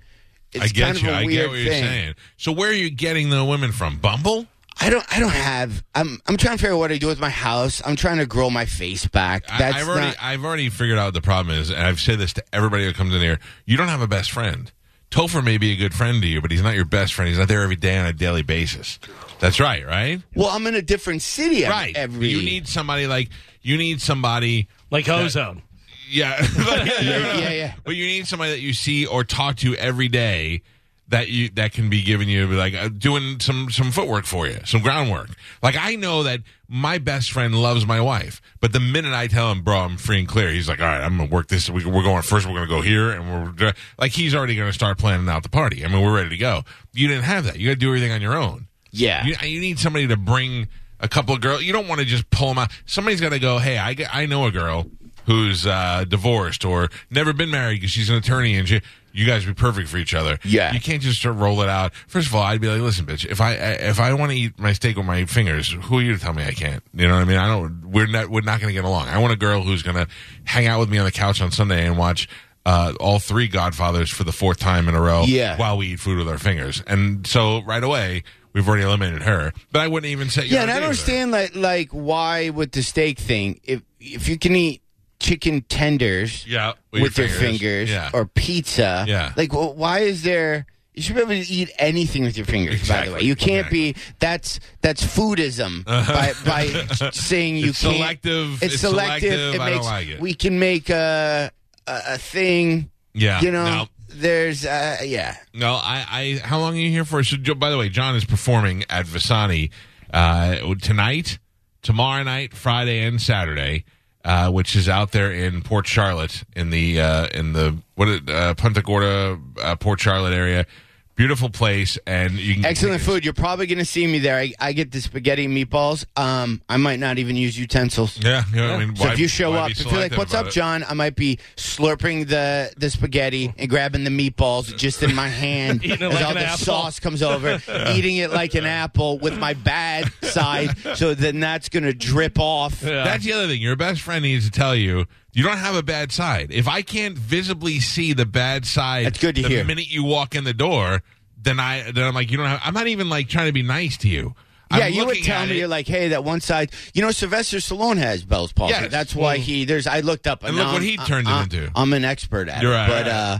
S3: it's
S2: I get
S3: kind of
S2: you.
S3: a
S2: I
S3: weird
S2: get what you're
S3: thing.
S2: saying. So where are you getting the women from? Bumble?
S3: I don't I don't have I'm I'm trying to figure out what I do with my house. I'm trying to grow my face back.
S2: I-
S3: That's
S2: I've already
S3: not
S2: I've already figured out what the problem is, and I've said this to everybody who comes in here. You don't have a best friend. Topher may be a good friend to you, but he's not your best friend. He's not there every day on a daily basis. That's right, right?
S3: Well, I'm in a different city ev-
S2: Right.
S3: every
S2: You need somebody like you need somebody
S1: Like ozone.
S2: Yeah. Like,
S3: yeah, yeah.
S2: But you need somebody that you see or talk to every day that you that can be giving you like uh, doing some some footwork for you, some groundwork. Like I know that my best friend loves my wife, but the minute I tell him, "Bro, I'm free and clear," he's like, "All right, I'm gonna work this. We, we're going first. We're gonna go here, and we're like he's already gonna start planning out the party. I mean, we're ready to go. You didn't have that. You got to do everything on your own.
S3: Yeah.
S2: You, you need somebody to bring a couple of girls. You don't want to just pull them out. Somebody's got to go. Hey, I, get- I know a girl who's uh, divorced or never been married because she's an attorney, and she, you guys would be perfect for each other.
S3: Yeah.
S2: you can't just sort of roll it out. First of all, I'd be like, listen, bitch, if I if I want to eat my steak with my fingers, who are you to tell me I can't? You know what I mean? I don't. We're not we're not going to get along. I want a girl who's going to hang out with me on the couch on Sunday and watch. Uh, all three Godfathers for the fourth time in a row
S3: Yeah.
S2: while we eat food with our fingers. And so right away, we've already eliminated her. But I wouldn't even say,
S3: Yeah, and I don't understand like like why with the steak thing. If if you can eat chicken tenders
S2: Yeah,
S3: with, your fingers,
S2: Yeah.
S3: or pizza,
S2: Yeah.
S3: like well, why is there? You should be able to eat anything with your fingers. By the
S2: Exactly.
S3: way,
S2: Uh-huh.
S3: you can't be. That's that's foodism by by saying you
S2: It's
S3: can't.
S2: selective.
S3: It's
S2: It's
S3: selective.
S2: selective.
S3: It
S2: I
S3: makes
S2: don't like it.
S3: we can make a a, a thing.
S2: yeah,
S3: You know,
S2: No.
S3: there's uh, yeah.
S2: No, I, I. How long are you here for? So, Jo- by the way, John is performing at Visani uh, tonight, tomorrow night, Friday, and Saturday, uh, which is out there in Port Charlotte in the uh, in the what is- uh, Punta Gorda, uh, Port Charlotte area. Beautiful place, and you can
S3: Excellent food. You're probably going to see me there. I, I get the spaghetti and meatballs. Um, I might not even use utensils.
S2: Yeah, you know, I mean,
S3: So
S2: why-
S3: if you show
S2: why
S3: up,
S2: be
S3: if you're like,
S2: selective
S3: "What's
S2: about
S3: up,
S2: it?"
S3: John?" I might be slurping the the spaghetti and grabbing the meatballs just in my hand
S1: Eating it
S3: as
S1: like
S3: all
S1: an
S3: the
S1: apple.
S3: sauce comes over, eating it like an apple with my bad side. So then that's going to drip off.
S1: Yeah.
S2: That's the other thing. Your best friend needs to tell you You don't have a bad side. If I can't visibly see the bad side
S3: That's good to
S2: the
S3: hear.
S2: minute you walk in the door, then I then I'm like, you don't have I'm not even like trying to be nice to you.
S3: Yeah,
S2: I'm
S3: you would
S2: looking
S3: tell
S2: at
S3: me
S2: it,
S3: you're like, hey, that one side. You know, Sylvester Stallone has Bell's palsy.
S2: Yes.
S3: That's why
S2: Mm.
S3: he. There's. I looked up.
S2: And look
S3: now
S2: what
S3: I'm-
S2: he turned it
S3: I-
S2: into.
S3: I'm an expert at
S2: You're
S3: it,
S2: right,
S3: but
S2: right.
S3: uh,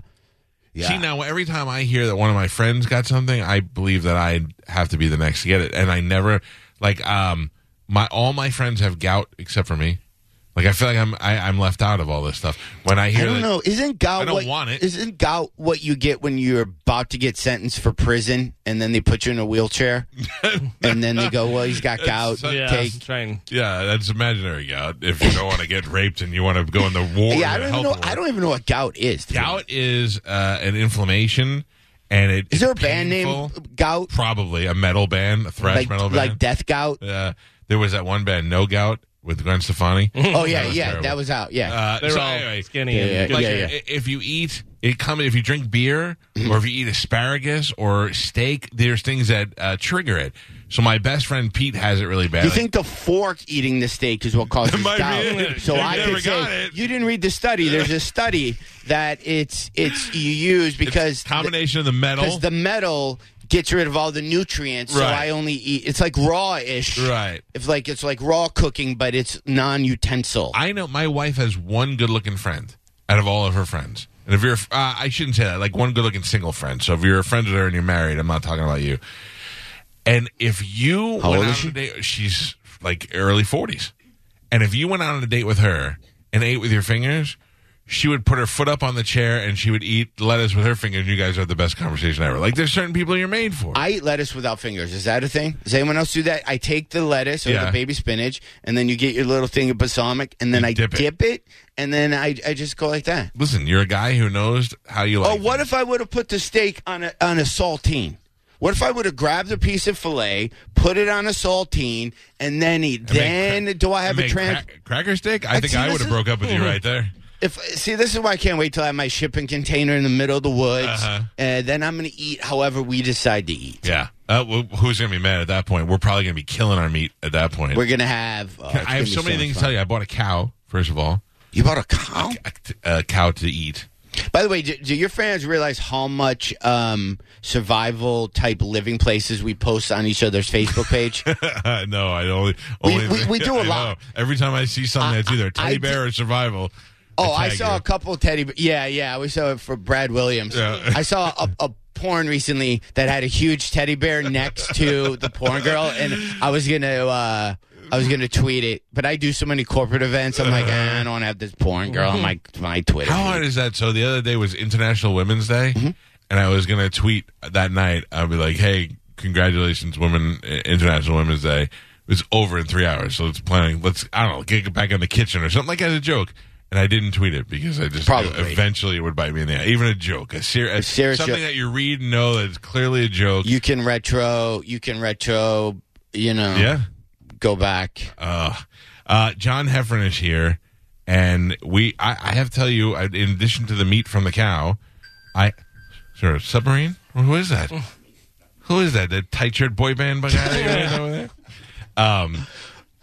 S3: yeah.
S2: See now, every time I hear that one of my friends got something, I believe that I have to be the next to get it, and I never like um my all my friends have gout except for me. Like I feel like I'm I, I'm left out of all this stuff. When I hear
S3: I don't
S2: that,
S3: know. Isn't gout?
S2: I don't
S3: what,
S2: want it.
S3: Isn't gout what you get when you're about to get sentenced for prison, and then they put you in a wheelchair, and then they go, "Well, he's got gout.
S2: so-
S1: yeah,
S3: Take."
S1: trying.
S2: yeah, that's imaginary gout. If you don't want to get raped and you want to go in the war,
S3: Yeah,
S2: the
S3: I don't even
S2: health
S3: know.
S2: war.
S3: I don't even know what gout is. to be honest.
S2: Gout is uh, an inflammation, and it
S3: Is there a
S2: it's
S3: band
S2: painful.
S3: name Gout?
S2: Probably a metal band, a thrash
S3: Like
S2: metal
S3: like
S2: band.
S3: Death Gout?
S2: uh, there was that one band, No Gout, with Gwen Stefani.
S3: Oh yeah,
S2: was
S3: yeah,
S2: terrible.
S3: that was out. Yeah.
S2: Uh,
S1: They're
S2: so
S1: all
S2: anyway,
S1: skinny.
S3: Yeah,
S1: and
S3: yeah,
S1: good
S2: like
S3: yeah, Mm-hmm. yeah.
S2: i- if you eat it come if you drink beer or if you eat asparagus or steak there's things that uh, trigger it so my best friend pete has it really bad
S3: you think the fork eating the steak is what causes
S2: might be
S3: gout?
S2: it.
S3: So
S2: You
S3: I
S2: never
S3: could
S2: got
S3: say
S2: it.
S3: you didn't read the study. There's a study that it's it's you use because the,
S2: combination of the metal
S3: 'cause the metal gets rid of all the nutrients. So
S2: Oh. Right.
S3: I only eat. It's like raw ish.
S2: right
S3: It's like it's like raw cooking, but it's non utensil.
S2: i know my wife has one good looking friend out of all of her friends and if you're uh, i shouldn't say that like one good looking single friend so if you're a friend of her and you're married i'm not talking about you and if you
S3: How
S2: went
S3: old
S2: out
S3: is she?
S2: on a date she's like early 40s And if you went out on a date with her and ate with your fingers, she would put her foot up on the chair and she would eat lettuce with her fingers. You guys have the best conversation ever. Like there's certain people you're made for.
S3: I eat lettuce without fingers. Is that a thing? Does anyone else do that? I take the lettuce or
S2: Yeah.
S3: the baby spinach, and then you get your little thing of balsamic, and then I
S2: dip
S3: dip
S2: it.
S3: it. and then I, I just go like that.
S2: Listen, you're a guy who knows how you
S3: Oh,
S2: like.
S3: what
S2: things.
S3: if I would have put the steak on a on a saltine? What if I would have grabbed a piece of filet, put it on a saltine, and then eat?
S2: And make
S3: Then
S2: cra-
S3: do I have
S2: and
S3: a
S2: make
S3: trans?
S2: crack- cracker stick? I
S3: I'd
S2: think
S3: see
S2: I
S3: this
S2: would have
S3: is-
S2: broke up with you right there.
S3: if see, this is why I can't wait till I have my shipping container in the middle of the woods,
S2: Uh-huh.
S3: and then I'm going to eat however we decide to eat.
S2: Yeah. Uh, well, who's gonna be mad at that point? We're probably gonna be killing our meat at that point.
S3: We're going to have. oh, it's
S2: I
S3: gonna
S2: have
S3: be
S2: so many
S3: much
S2: things to
S3: fun.
S2: tell you. I bought a cow. First of all,
S3: You bought a cow.
S2: a, c- a cow to eat.
S3: By the way, do, do your fans realize how much um, survival type living places we post on each other's Facebook page?
S2: no, I only. only
S3: we- we do a
S2: I know.
S3: lot.
S2: Every time I see something that's either a teddy
S3: I
S2: bear or survival.
S3: oh, I
S2: tag
S3: saw
S2: you.
S3: a couple teddy. be- Yeah, yeah, we saw it for Brad Williams.
S2: Yeah.
S3: I saw a, a porn recently that had a huge teddy bear next to the porn girl, and I was gonna. Uh, I was gonna tweet it, but I do so many corporate events. I'm like, eh, I don't have this porn girl on my my Twitter.
S2: How
S3: feed."
S2: hard is that? So the other day was International Women's Day,
S3: Mm-hmm.
S2: and I was gonna tweet that night. I'll be like, "Hey, congratulations, Women International Women's Day! It's over in three hours, so it's planning. Let's I don't know, get back in the kitchen or something like that as a joke." And I didn't tweet it because I just
S3: Probably.
S2: eventually it would bite me in the eye. Even a joke, a, ser- a
S3: serious
S2: something
S3: joke.
S2: that you read and know that it's clearly a joke.
S3: You can retro. You can retro. You know.
S2: yeah.
S3: Go back.
S2: Uh, uh, John Heffern is here, and we. I, I have to tell you, I- in addition to the meat from the cow, I. Sir, submarine? Who is that? Who is that? That tight shirt boy band guy that you're with over there? Um,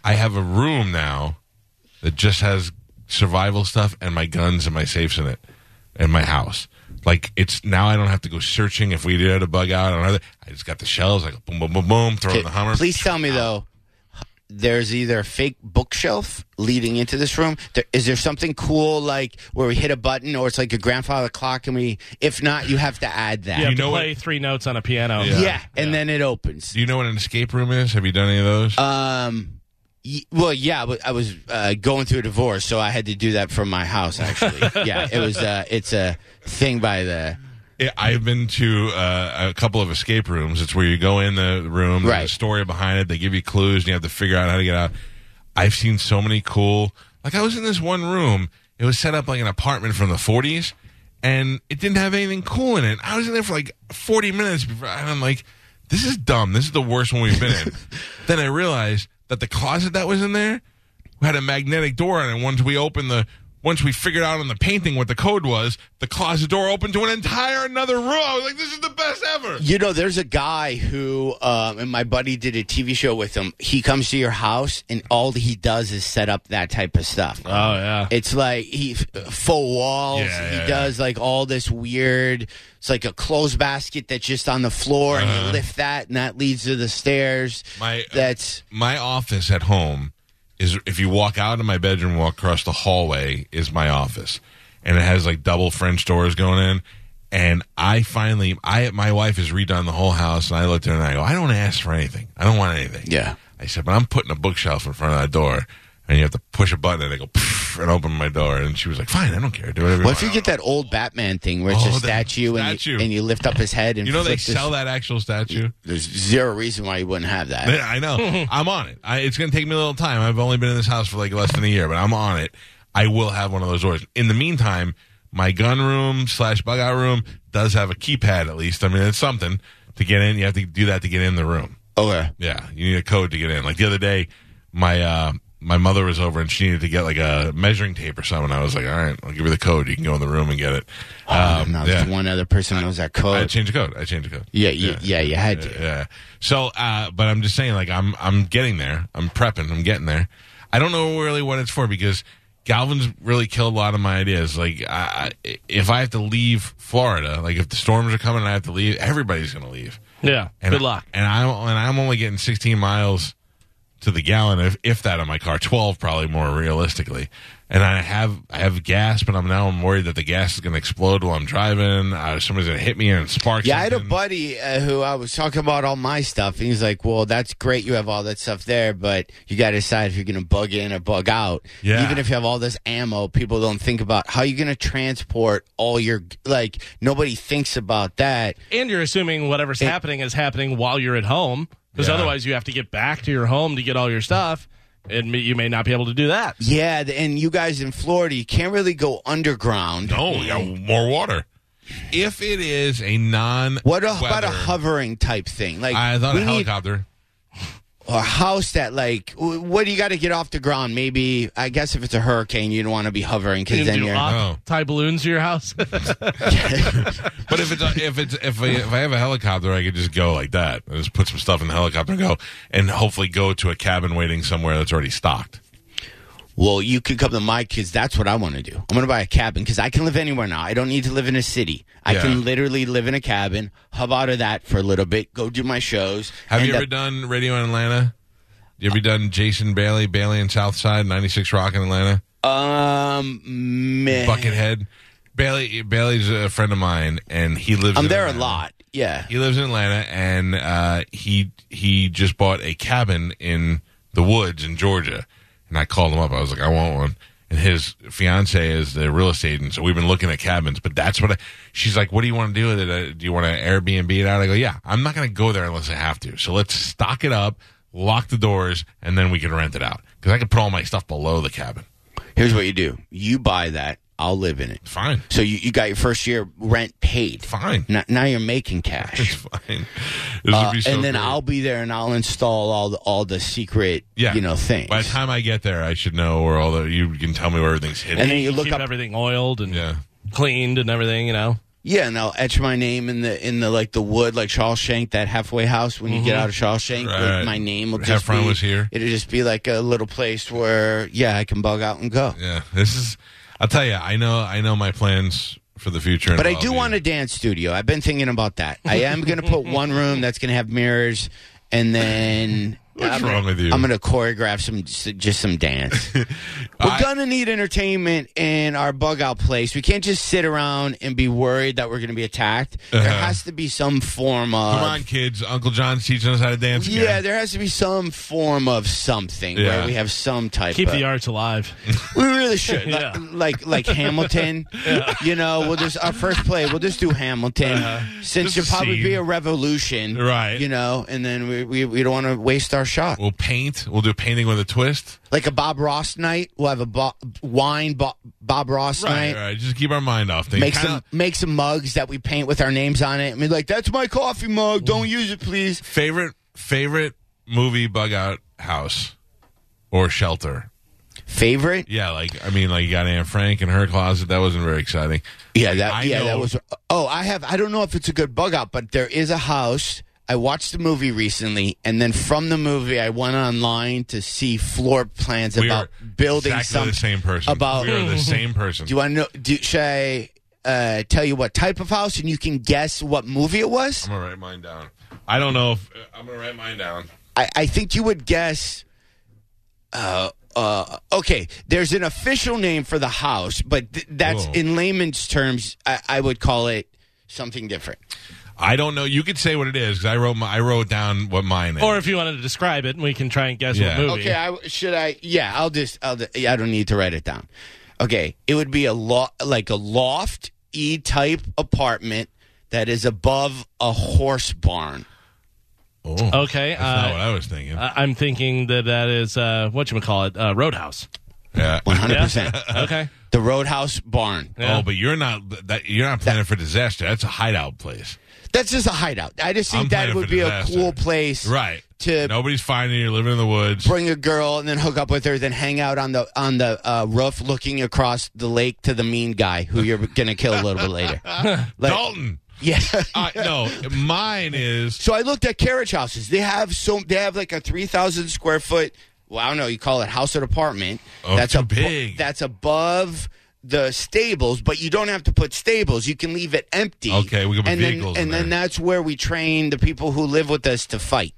S2: I have a room now that just has survival stuff and my guns and my safes in it and my house. Like it's now, I don't have to go searching if we did a bug out or another. I just got the shelves, like boom, boom, boom, boom, throw in the Hummer.
S3: Please tell me though, there's either a fake bookshelf leading into this room. There, is there something cool like where we hit a button, or it's like a grandfather clock, and we? If not, you have to add that.
S1: You have
S2: You
S1: to
S2: know
S1: play three notes on a piano.
S2: Yeah.
S3: Yeah, and then it opens.
S2: Do you know what an escape room is? Have you done any of those?
S3: Um. y- Well, yeah, but I was uh, going through a divorce, so I had to do that from my house. Actually, yeah, it was. Uh, it's a thing by the
S2: Yeah, I've been to uh, a couple of escape rooms. It's where you go in the room, there's a
S3: Right.
S2: story behind it. They give you clues, and you have to figure out how to get out. I've seen so many cool. Like I was in this one room. It was set up like an apartment from the 40s, and it didn't have anything cool in it. I was in there for like 40 minutes, before, and I'm like, "This is dumb. This is the worst one we've been in." then I realized that the closet that was in there had a magnetic door on it. Once we opened the once we figured out on the painting what the code was, the closet door opened to an entire another room. I was like, this is the best ever.
S3: You know, there's a guy who, um, and my buddy did a TV show with him. He comes to your house, and all he does is set up that type of stuff.
S1: Oh yeah.
S3: It's like he faux walls.
S2: Uh. Yeah,
S3: he
S2: yeah,
S3: does like all this weird. It's like a clothes basket that's just on the floor, and you lift that, and that leads to the stairs.
S2: Uh-huh. My- uh,
S3: that's
S2: My office at home is if you walk out of my bedroom, walk across the hallway is my office, and it has like double French doors going in. And I finally, I my wife has redone the whole house, and I looked at her and I go, I don't ask for anything. I don't want anything.
S3: yeah.
S2: I said, but I'm putting a bookshelf in front of that door, and you have to push a button, and they go "Pff," and open my door. And she was like, "Fine, I don't care, do whatever."
S3: What if
S2: you
S3: you
S2: want."
S3: get that old Batman thing where it's
S2: Oh,
S3: a
S2: that
S3: statue, and,
S2: statue.
S3: You, and you lift up his head and
S2: You know they
S3: flip this-
S2: sell that actual statue.
S3: There's zero reason why you wouldn't have that.
S2: Yeah, I know. I'm on it. I, it's going to take me a little time. I've only been in this house for like less than a year, but I'm on it. I will have one of those doors. In the meantime, my gun room slash bug out room does have a keypad at least. I mean, it's something to get in. You have to do that to get in the room.
S3: Okay.
S2: Yeah, you need a code to get in. Like the other day, my uh, my mother was over and she needed to get like a measuring tape or something. I was like, all right, I'll give her the code. You can go in the room and get it.
S3: Oh,
S2: Um,
S3: no,
S2: yeah.
S3: there's one other person who knows that
S2: I
S3: code.
S2: changed the code. I changed the code.
S3: yeah, you, yeah, you had to.
S2: Yeah. So, uh, but I'm just saying, like, I'm I'm getting there. I'm prepping. I'm getting there. I don't know really what it's for because Galvin's really killed a lot of my ideas. Like, I, I- if I have to leave Florida, like if the storms are coming and I have to leave, everybody's going to leave.
S1: Yeah.
S2: And
S1: Good
S2: I-
S1: luck.
S2: and I'm and I'm only getting 16 miles to the gallon, if if that, on my car. 12 probably more realistically. And I have I have gas, but I'm now I'm worried that the gas is going to explode while I'm driving. Uh, somebody's going to hit me and spark.
S3: Yeah, I had a
S2: something.
S3: buddy uh, who I was talking about all my stuff, and he's like, "Well, that's great, you have all that stuff there, but you got to decide if you're going to bug in or bug out.
S2: Yeah.
S3: Even if you have all this ammo, people don't think about how you're going to transport all your like. Nobody thinks about that.
S1: And you're assuming whatever's happening is happening while you're at home, because
S2: Yeah.
S1: otherwise you have to get back to your home to get all your stuff, and you may not be able to do that.
S3: Yeah, th- and you guys in Florida, you can't really go underground.
S2: No, Oh, we got more water. If it is a non,
S3: What a- about a hovering type thing? Like
S2: I thought
S3: we
S2: a
S3: need
S2: helicopter.
S3: a house that like w- what do you got to get off the ground? Maybe I guess if it's a hurricane, you don't want to be hovering
S1: You
S3: because
S1: can
S3: then
S1: do
S3: you're
S1: op-
S2: Oh.
S1: tie balloons to your house.
S2: But if it's a, if it's if I, if I have a helicopter, I could just go like that. I just put some stuff in the helicopter, and go, and hopefully go to a cabin waiting somewhere that's already stocked.
S3: Well, you could come to my kids. That's what I want to do. I'm going to buy a cabin because I can live anywhere now. I don't need to live in a city. I
S2: Yeah.
S3: can literally live in a cabin, hub out of that for a little bit, go do my shows.
S2: Have
S3: end
S2: you ever
S3: up-
S2: done radio in Atlanta? You ever done Jason Bailey, Bailey and Southside, ninety six Rock in Atlanta?
S3: Um, meh.
S2: Buckethead. Bailey Bailey's a friend of mine, and he lives.
S3: I'm
S2: in
S3: there a
S2: Atlanta.
S3: lot. Yeah.
S2: He lives in Atlanta, and uh, he he just bought a cabin in the woods in Georgia. And I called him up. I was like, I want one. And his fiance is the real estate agent, so we've been looking at cabins. But that's what I, she's like. What do you want to do with it? Uh, Do you want to Airbnb it out? I go, yeah. I'm not going to go there unless I have to. So let's stock it up, lock the doors, and then we can rent it out because I can put all my stuff below the cabin.
S3: Here's what you do you buy that, I'll live in it.
S2: Fine,
S3: So you, you got your first year rent paid.
S2: fine,
S3: Now, now you're making cash.
S2: it's fine. This would
S3: Uh,
S2: be so
S3: and then
S2: great.
S3: I'll be there and I'll install all the, all the secret,
S2: Yeah.
S3: you know, things.
S2: By the time I get there, I should know where all the you can tell me where everything's hidden.
S3: and then you look
S1: Keep
S3: up
S1: everything oiled and
S2: yeah,
S1: cleaned and everything. You know.
S3: Yeah, and I'll etch my name in the in the like the wood, like Shawshank, that halfway house. When you get out of Shawshank, like,
S2: Mm-hmm. Right.
S3: my name will
S2: Heffron
S3: just be.
S2: was here.
S3: It'll just be like a little place where, yeah, I can bug out and go.
S2: yeah. This is. I'll tell you. I know. I know my plans for the future.
S3: But I do want a dance studio. I've been thinking about that. I am going to put one room that's going to have mirrors, and then
S2: What's
S3: I'm,
S2: wrong with you?
S3: I'm going to choreograph some just some dance. We're
S2: I-
S3: going to need entertainment in our bug out place. We can't just sit around and be worried that we're going to be attacked. There
S2: Uh-huh.
S3: has to be some form of
S2: Come on, kids. Uncle John's teaching us how to dance.
S3: Yeah,
S2: again.
S3: there has to be some form of something
S2: Yeah.
S3: where we have some type.
S1: Keep
S3: of,
S1: the arts alive.
S3: We really should,
S1: Yeah.
S3: like, like like Hamilton. You know, we'll just our first play. We'll just do Hamilton, since
S2: Uh-huh. Just a
S3: there'll probably be
S2: scene.
S3: a revolution,
S2: Right.
S3: You know, and then we we, we don't want to waste our shot.
S2: We'll paint. We'll do painting with a twist.
S3: Like a Bob Ross night, we'll have a bo- wine bo- Bob Ross
S2: Right.
S3: night.
S2: Right. Just keep our mind off things.
S3: Make
S2: Kinda-
S3: some make some mugs that we paint with our names on it. I mean, like that's my coffee mug. Don't use it, please.
S2: favorite favorite movie bug out house or shelter.
S3: Favorite?
S2: Yeah, like I mean, like you got Anne Frank in her closet. That wasn't very exciting.
S3: Yeah, that
S2: I
S3: yeah, that
S2: know-
S3: was. Oh, I have. I don't know if it's a good bug out, but there is a house. I watched the movie recently, and then from the movie, I went online to see floor plans
S2: We
S3: about
S2: are
S3: building
S2: exactly
S3: some-
S2: the same person.
S3: about-
S2: we are the same person.
S3: Do you want to know? Do, should I uh, tell you what type of house, and you can guess what movie it was?
S2: I'm gonna write mine down. I don't know if uh, I'm gonna write mine down.
S3: I, I think you would guess. Uh, uh, okay, there's an official name for the house, but th- that's
S2: Whoa.
S3: in layman's terms. I, I would call it something different.
S2: I don't know. You could say what it is 'cause I wrote my, I wrote down what mine is.
S1: Or if you wanted to describe it, we can try and guess
S2: Yeah.
S1: what movie.
S3: Okay, I, should I? Yeah, I'll just. I'll, ju- yeah, I don't need to write it down. Okay, it would be a lo- like a loft E type apartment that is above a horse barn.
S2: oh,
S1: Okay,
S2: that's
S1: uh,
S2: not what I was thinking.
S1: I- I'm thinking that that is uh, what you would call it, uh, Roadhouse.
S2: yeah.
S3: One hundred percent.
S1: Okay,
S3: The Roadhouse barn.
S1: Yeah.
S2: Oh, but you're not that you're not planning for disaster. That's a hideout place,
S3: That's just a hideout. I just think
S2: I'm
S3: that
S2: planning
S3: would
S2: for
S3: be
S2: disaster.
S3: a cool place,
S2: right?
S3: To
S2: Nobody's finding you. You're living in the woods.
S3: bring a girl and then hook up with her, then hang out on the on the uh, roof, looking across the lake to the mean guy who you're gonna kill a little bit later. Like-
S2: Dalton.
S3: yeah.
S2: I, no, mine is
S3: So I looked at carriage houses. They have so they have like a three thousand square foot. Well, I don't know. You call it house or apartment.
S2: Oh, too
S3: abo-
S2: big.
S3: That's above the stables, but you don't have to put stables. You can leave it empty.
S2: Okay, we can put
S3: and then,
S2: vehicles in
S3: And then
S2: there.
S3: that's where we train the people who live with us to fight.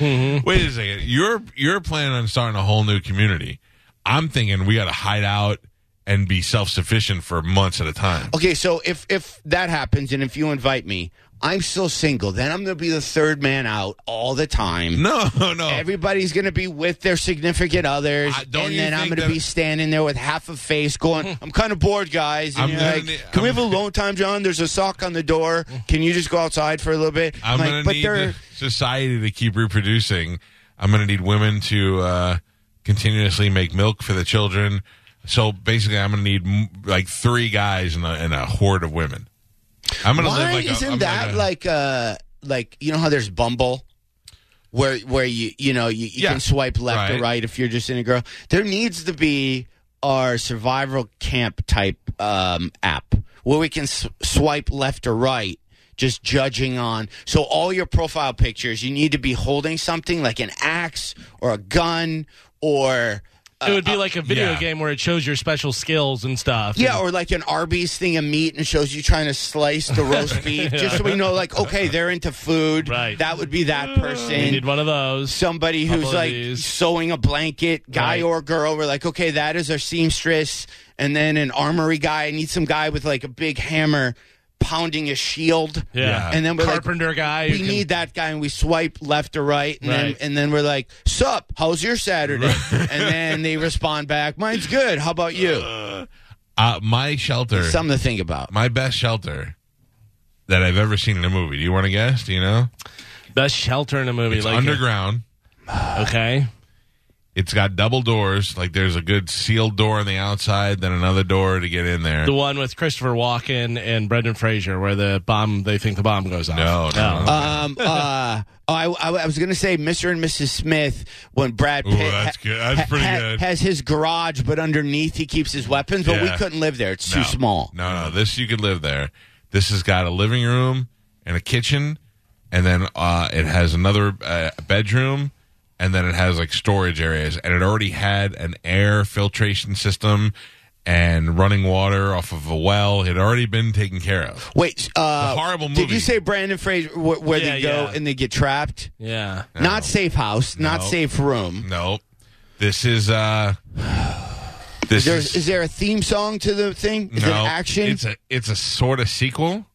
S2: wait a second. You're you're planning on starting a whole new community. I'm thinking we got to hide out and be self sufficient for months at a time.
S1: Oh.
S3: Okay, so if if that happens and if you invite me, I'm still single. Then I'm going to be the third man out all the time.
S2: No, no.
S3: Everybody's going to be with their significant others,
S2: I-
S3: and
S2: don't you
S3: then I'm
S2: think
S3: going to
S2: that-
S3: be standing there with half a face going, "I'm kind of bored, guys." And
S2: I'm
S3: you're
S2: gonna
S3: like,
S2: need-
S3: "Can we
S2: I'm-
S3: have a alone time, John? There's a sock on the door. Can you just go outside for a little bit?"
S2: I'm
S3: like,
S2: going to
S3: "But
S2: need
S3: they're
S2: the society to keep reproducing. I'm going to need women to uh, continuously make milk for the children. So basically, I'm going to need m- like three guys and a, and a horde of women. I'm going to
S3: why
S2: live like a-
S3: isn't
S2: I'm
S3: that
S2: a-
S3: like uh like you know how there's Bumble where where you you know you, you
S2: Yeah.
S3: can swipe left or
S2: Right.
S3: right if you're just in a girl. There needs to be our survival camp type um, app where we can s- swipe left or right. Just judging on, so all your profile pictures, you need to be holding something like an axe or a gun or
S1: it would be like a video
S2: yeah.
S1: game where it shows your special skills and stuff.
S3: yeah, or like an Arby's thing of meat and shows you trying to slice the roast beef, just so we know, like, okay, they're into food.
S1: Right.
S3: That would be that
S1: you need
S3: person.
S1: one of those.
S3: Somebody
S1: Couple
S3: who's
S1: of
S3: like
S1: these.
S3: sewing a blanket, guy
S1: Right.
S3: or girl. We're like, okay, that is our seamstress. And then an armory guy. I need some guy with like a big hammer pounding a shield.
S1: Yeah.
S3: And then we're like,
S1: carpenter guy.
S3: we
S1: who can-
S3: need that guy, and we swipe left or right, and then
S1: Right.
S3: and then we're like, "Sup? How's your Saturday?" and then they respond back, "Mine's good. How about you?"
S2: uh, my shelter,
S3: Something to think about.
S2: my best shelter that I've ever seen in a movie. Do you want to guess? Do you know?
S1: best shelter in a movie.
S2: It's
S1: like
S2: underground.
S1: okay,
S2: It's got double doors. Like there's a good sealed door on the outside, then another door to get in there.
S1: the one with Christopher Walken and Brendan Fraser, where the bomb they think the bomb goes off.
S2: No, no.
S3: Um, uh, oh, I, I, I was going to say Mr. and Mrs. Smith when Brad
S2: Ooh,
S3: Pitt
S2: that's good. That's pretty good.
S3: has his garage, but underneath he keeps his weapons. But we
S2: Yeah.
S3: couldn't live there; it's
S2: No.
S3: too small.
S2: No, no. This you could live there. This has got a living room and a kitchen, and then uh, it has another uh, bedroom, and then it has like storage areas, and it already had an air filtration system and running water off of a well. It had already been taken care of.
S3: Wait, uh,
S2: It's a horrible
S3: Did
S2: movie.
S3: you say Brandon Fraser wh- where they
S1: Yeah,
S3: go
S1: yeah.
S3: and they get trapped?
S1: Yeah.
S3: Not safe house, not
S2: No.
S3: safe room.
S2: No, this is uh, this
S3: There's,
S2: is-
S3: is there a theme song to the thing? Is it
S2: No,
S3: action?
S2: It's a it's a sort of sequel.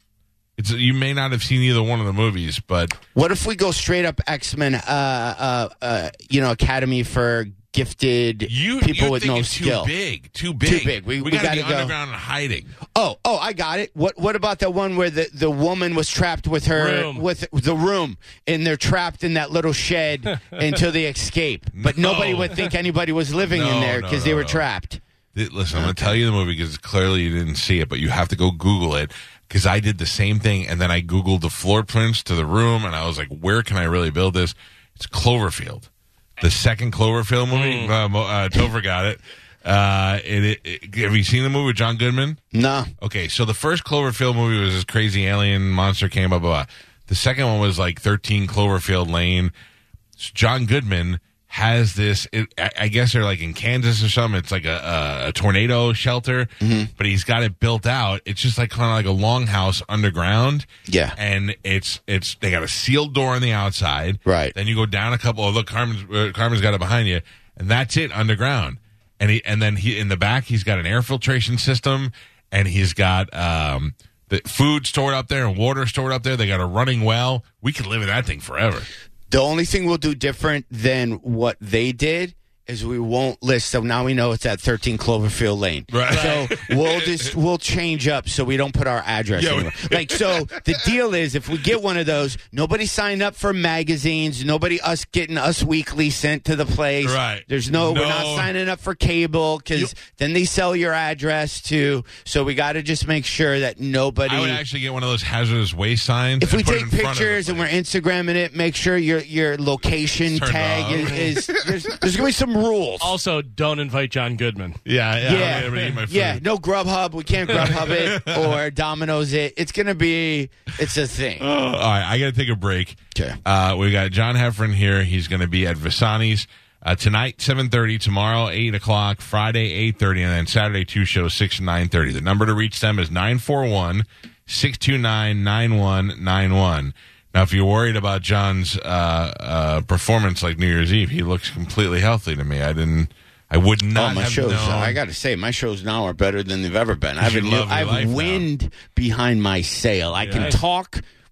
S2: It's a, you may not have seen either one of the movies, but
S3: what if we go straight up X Men? Uh, uh, uh, you know, Academy for gifted
S2: You
S3: people
S2: you're
S3: with no
S2: thinking
S3: skill.
S2: Too big. Too big.
S3: big. We- we
S2: gotta,
S3: gotta
S2: be
S3: go.
S2: underground and hiding.
S3: Oh, oh, I got it. What what about that one where the, the woman was trapped with her
S1: Room.
S3: with the room and they're trapped in that little shed until they escape. But
S2: No.
S3: nobody would think anybody was living in
S2: No,
S3: there
S2: no,
S3: because they
S2: no,
S3: were
S2: no.
S3: trapped.
S2: Th- Listen, I'm going to tell you the movie because clearly you didn't see it, but you have to go Google it because I did the same thing and then I Googled the floor plans to the room and I was like, where can I really build this? It's Cloverfield. the second Cloverfield movie. Uh, Mo- uh, Topher got it. Uh, it, it, it- Have you seen the movie with John Goodman?
S3: No.
S2: Okay, so the first Cloverfield movie was this crazy alien monster came, blah, blah, blah. The second one was like 13 Cloverfield Lane. So John Goodman has this, it, I I guess they're like in Kansas or something. It's like a, a, a tornado shelter, but he's got it built out. It's just like kind of like a longhouse underground.
S3: Yeah.
S2: And it's, it's, they got a sealed door on the outside.
S3: Right.
S2: Then you go down a couple. Oh, look, Carmen's, uh, Carmen's got it behind you, and that's it underground. And he, and then he in the back, he's got an air filtration system, and he's got um, the food stored up there and water stored up there. They got a running well. We could live in that thing forever.
S3: The only thing we'll do different than what they did is we won't list. So now we know it's at 13 Cloverfield Lane.
S2: Right.
S3: So we'll just we'll change up so we don't put our address.
S2: Yeah, we-
S3: anywhere. like so, the deal is if we get one of those, nobody signed up for magazines. Nobody us getting us weekly sent to the place.
S2: Right.
S3: There's no, we're
S2: No.
S3: not signing up for cable because then they sell your address too. So we got to just make sure that nobody.
S2: I would actually get one of those hazardous waste signs.
S3: If
S2: and
S3: we
S2: put it
S3: take
S2: in front of the
S3: pictures and
S2: place.
S3: we're Instagramming it, make sure your your location
S2: Turned
S3: tag
S2: off.
S3: is, is there's, there's gonna be some rules.
S1: Also, don't invite John Goodman.
S2: yeah, yeah,
S3: Yeah.
S2: I'm gonna eat my food.
S3: yeah, no Grubhub. We can't Grubhub it or Domino's it. It's gonna be it's a thing.
S2: Oh, all right, I got to take a break.
S3: 'Kay.
S2: Uh, we got John Heffron here. He's going to be at Visani's uh, tonight, seven thirty. Tomorrow, eight o'clock. Friday, eight thirty, and then Saturday, two shows, six and nine thirty. The number to reach them is 941-629-9191. Now, if you're worried about John's uh, uh, performance, like New Year's Eve, he looks completely healthy to me. I didn't. I would not
S3: Oh, my
S2: have
S3: shows!
S2: known.
S3: I got to say, my shows now are better than they've ever been. I have,
S2: You
S3: a new,
S2: love your
S3: I
S2: life
S3: have
S2: now.
S3: wind behind my sail. I
S2: Yeah.
S3: can talk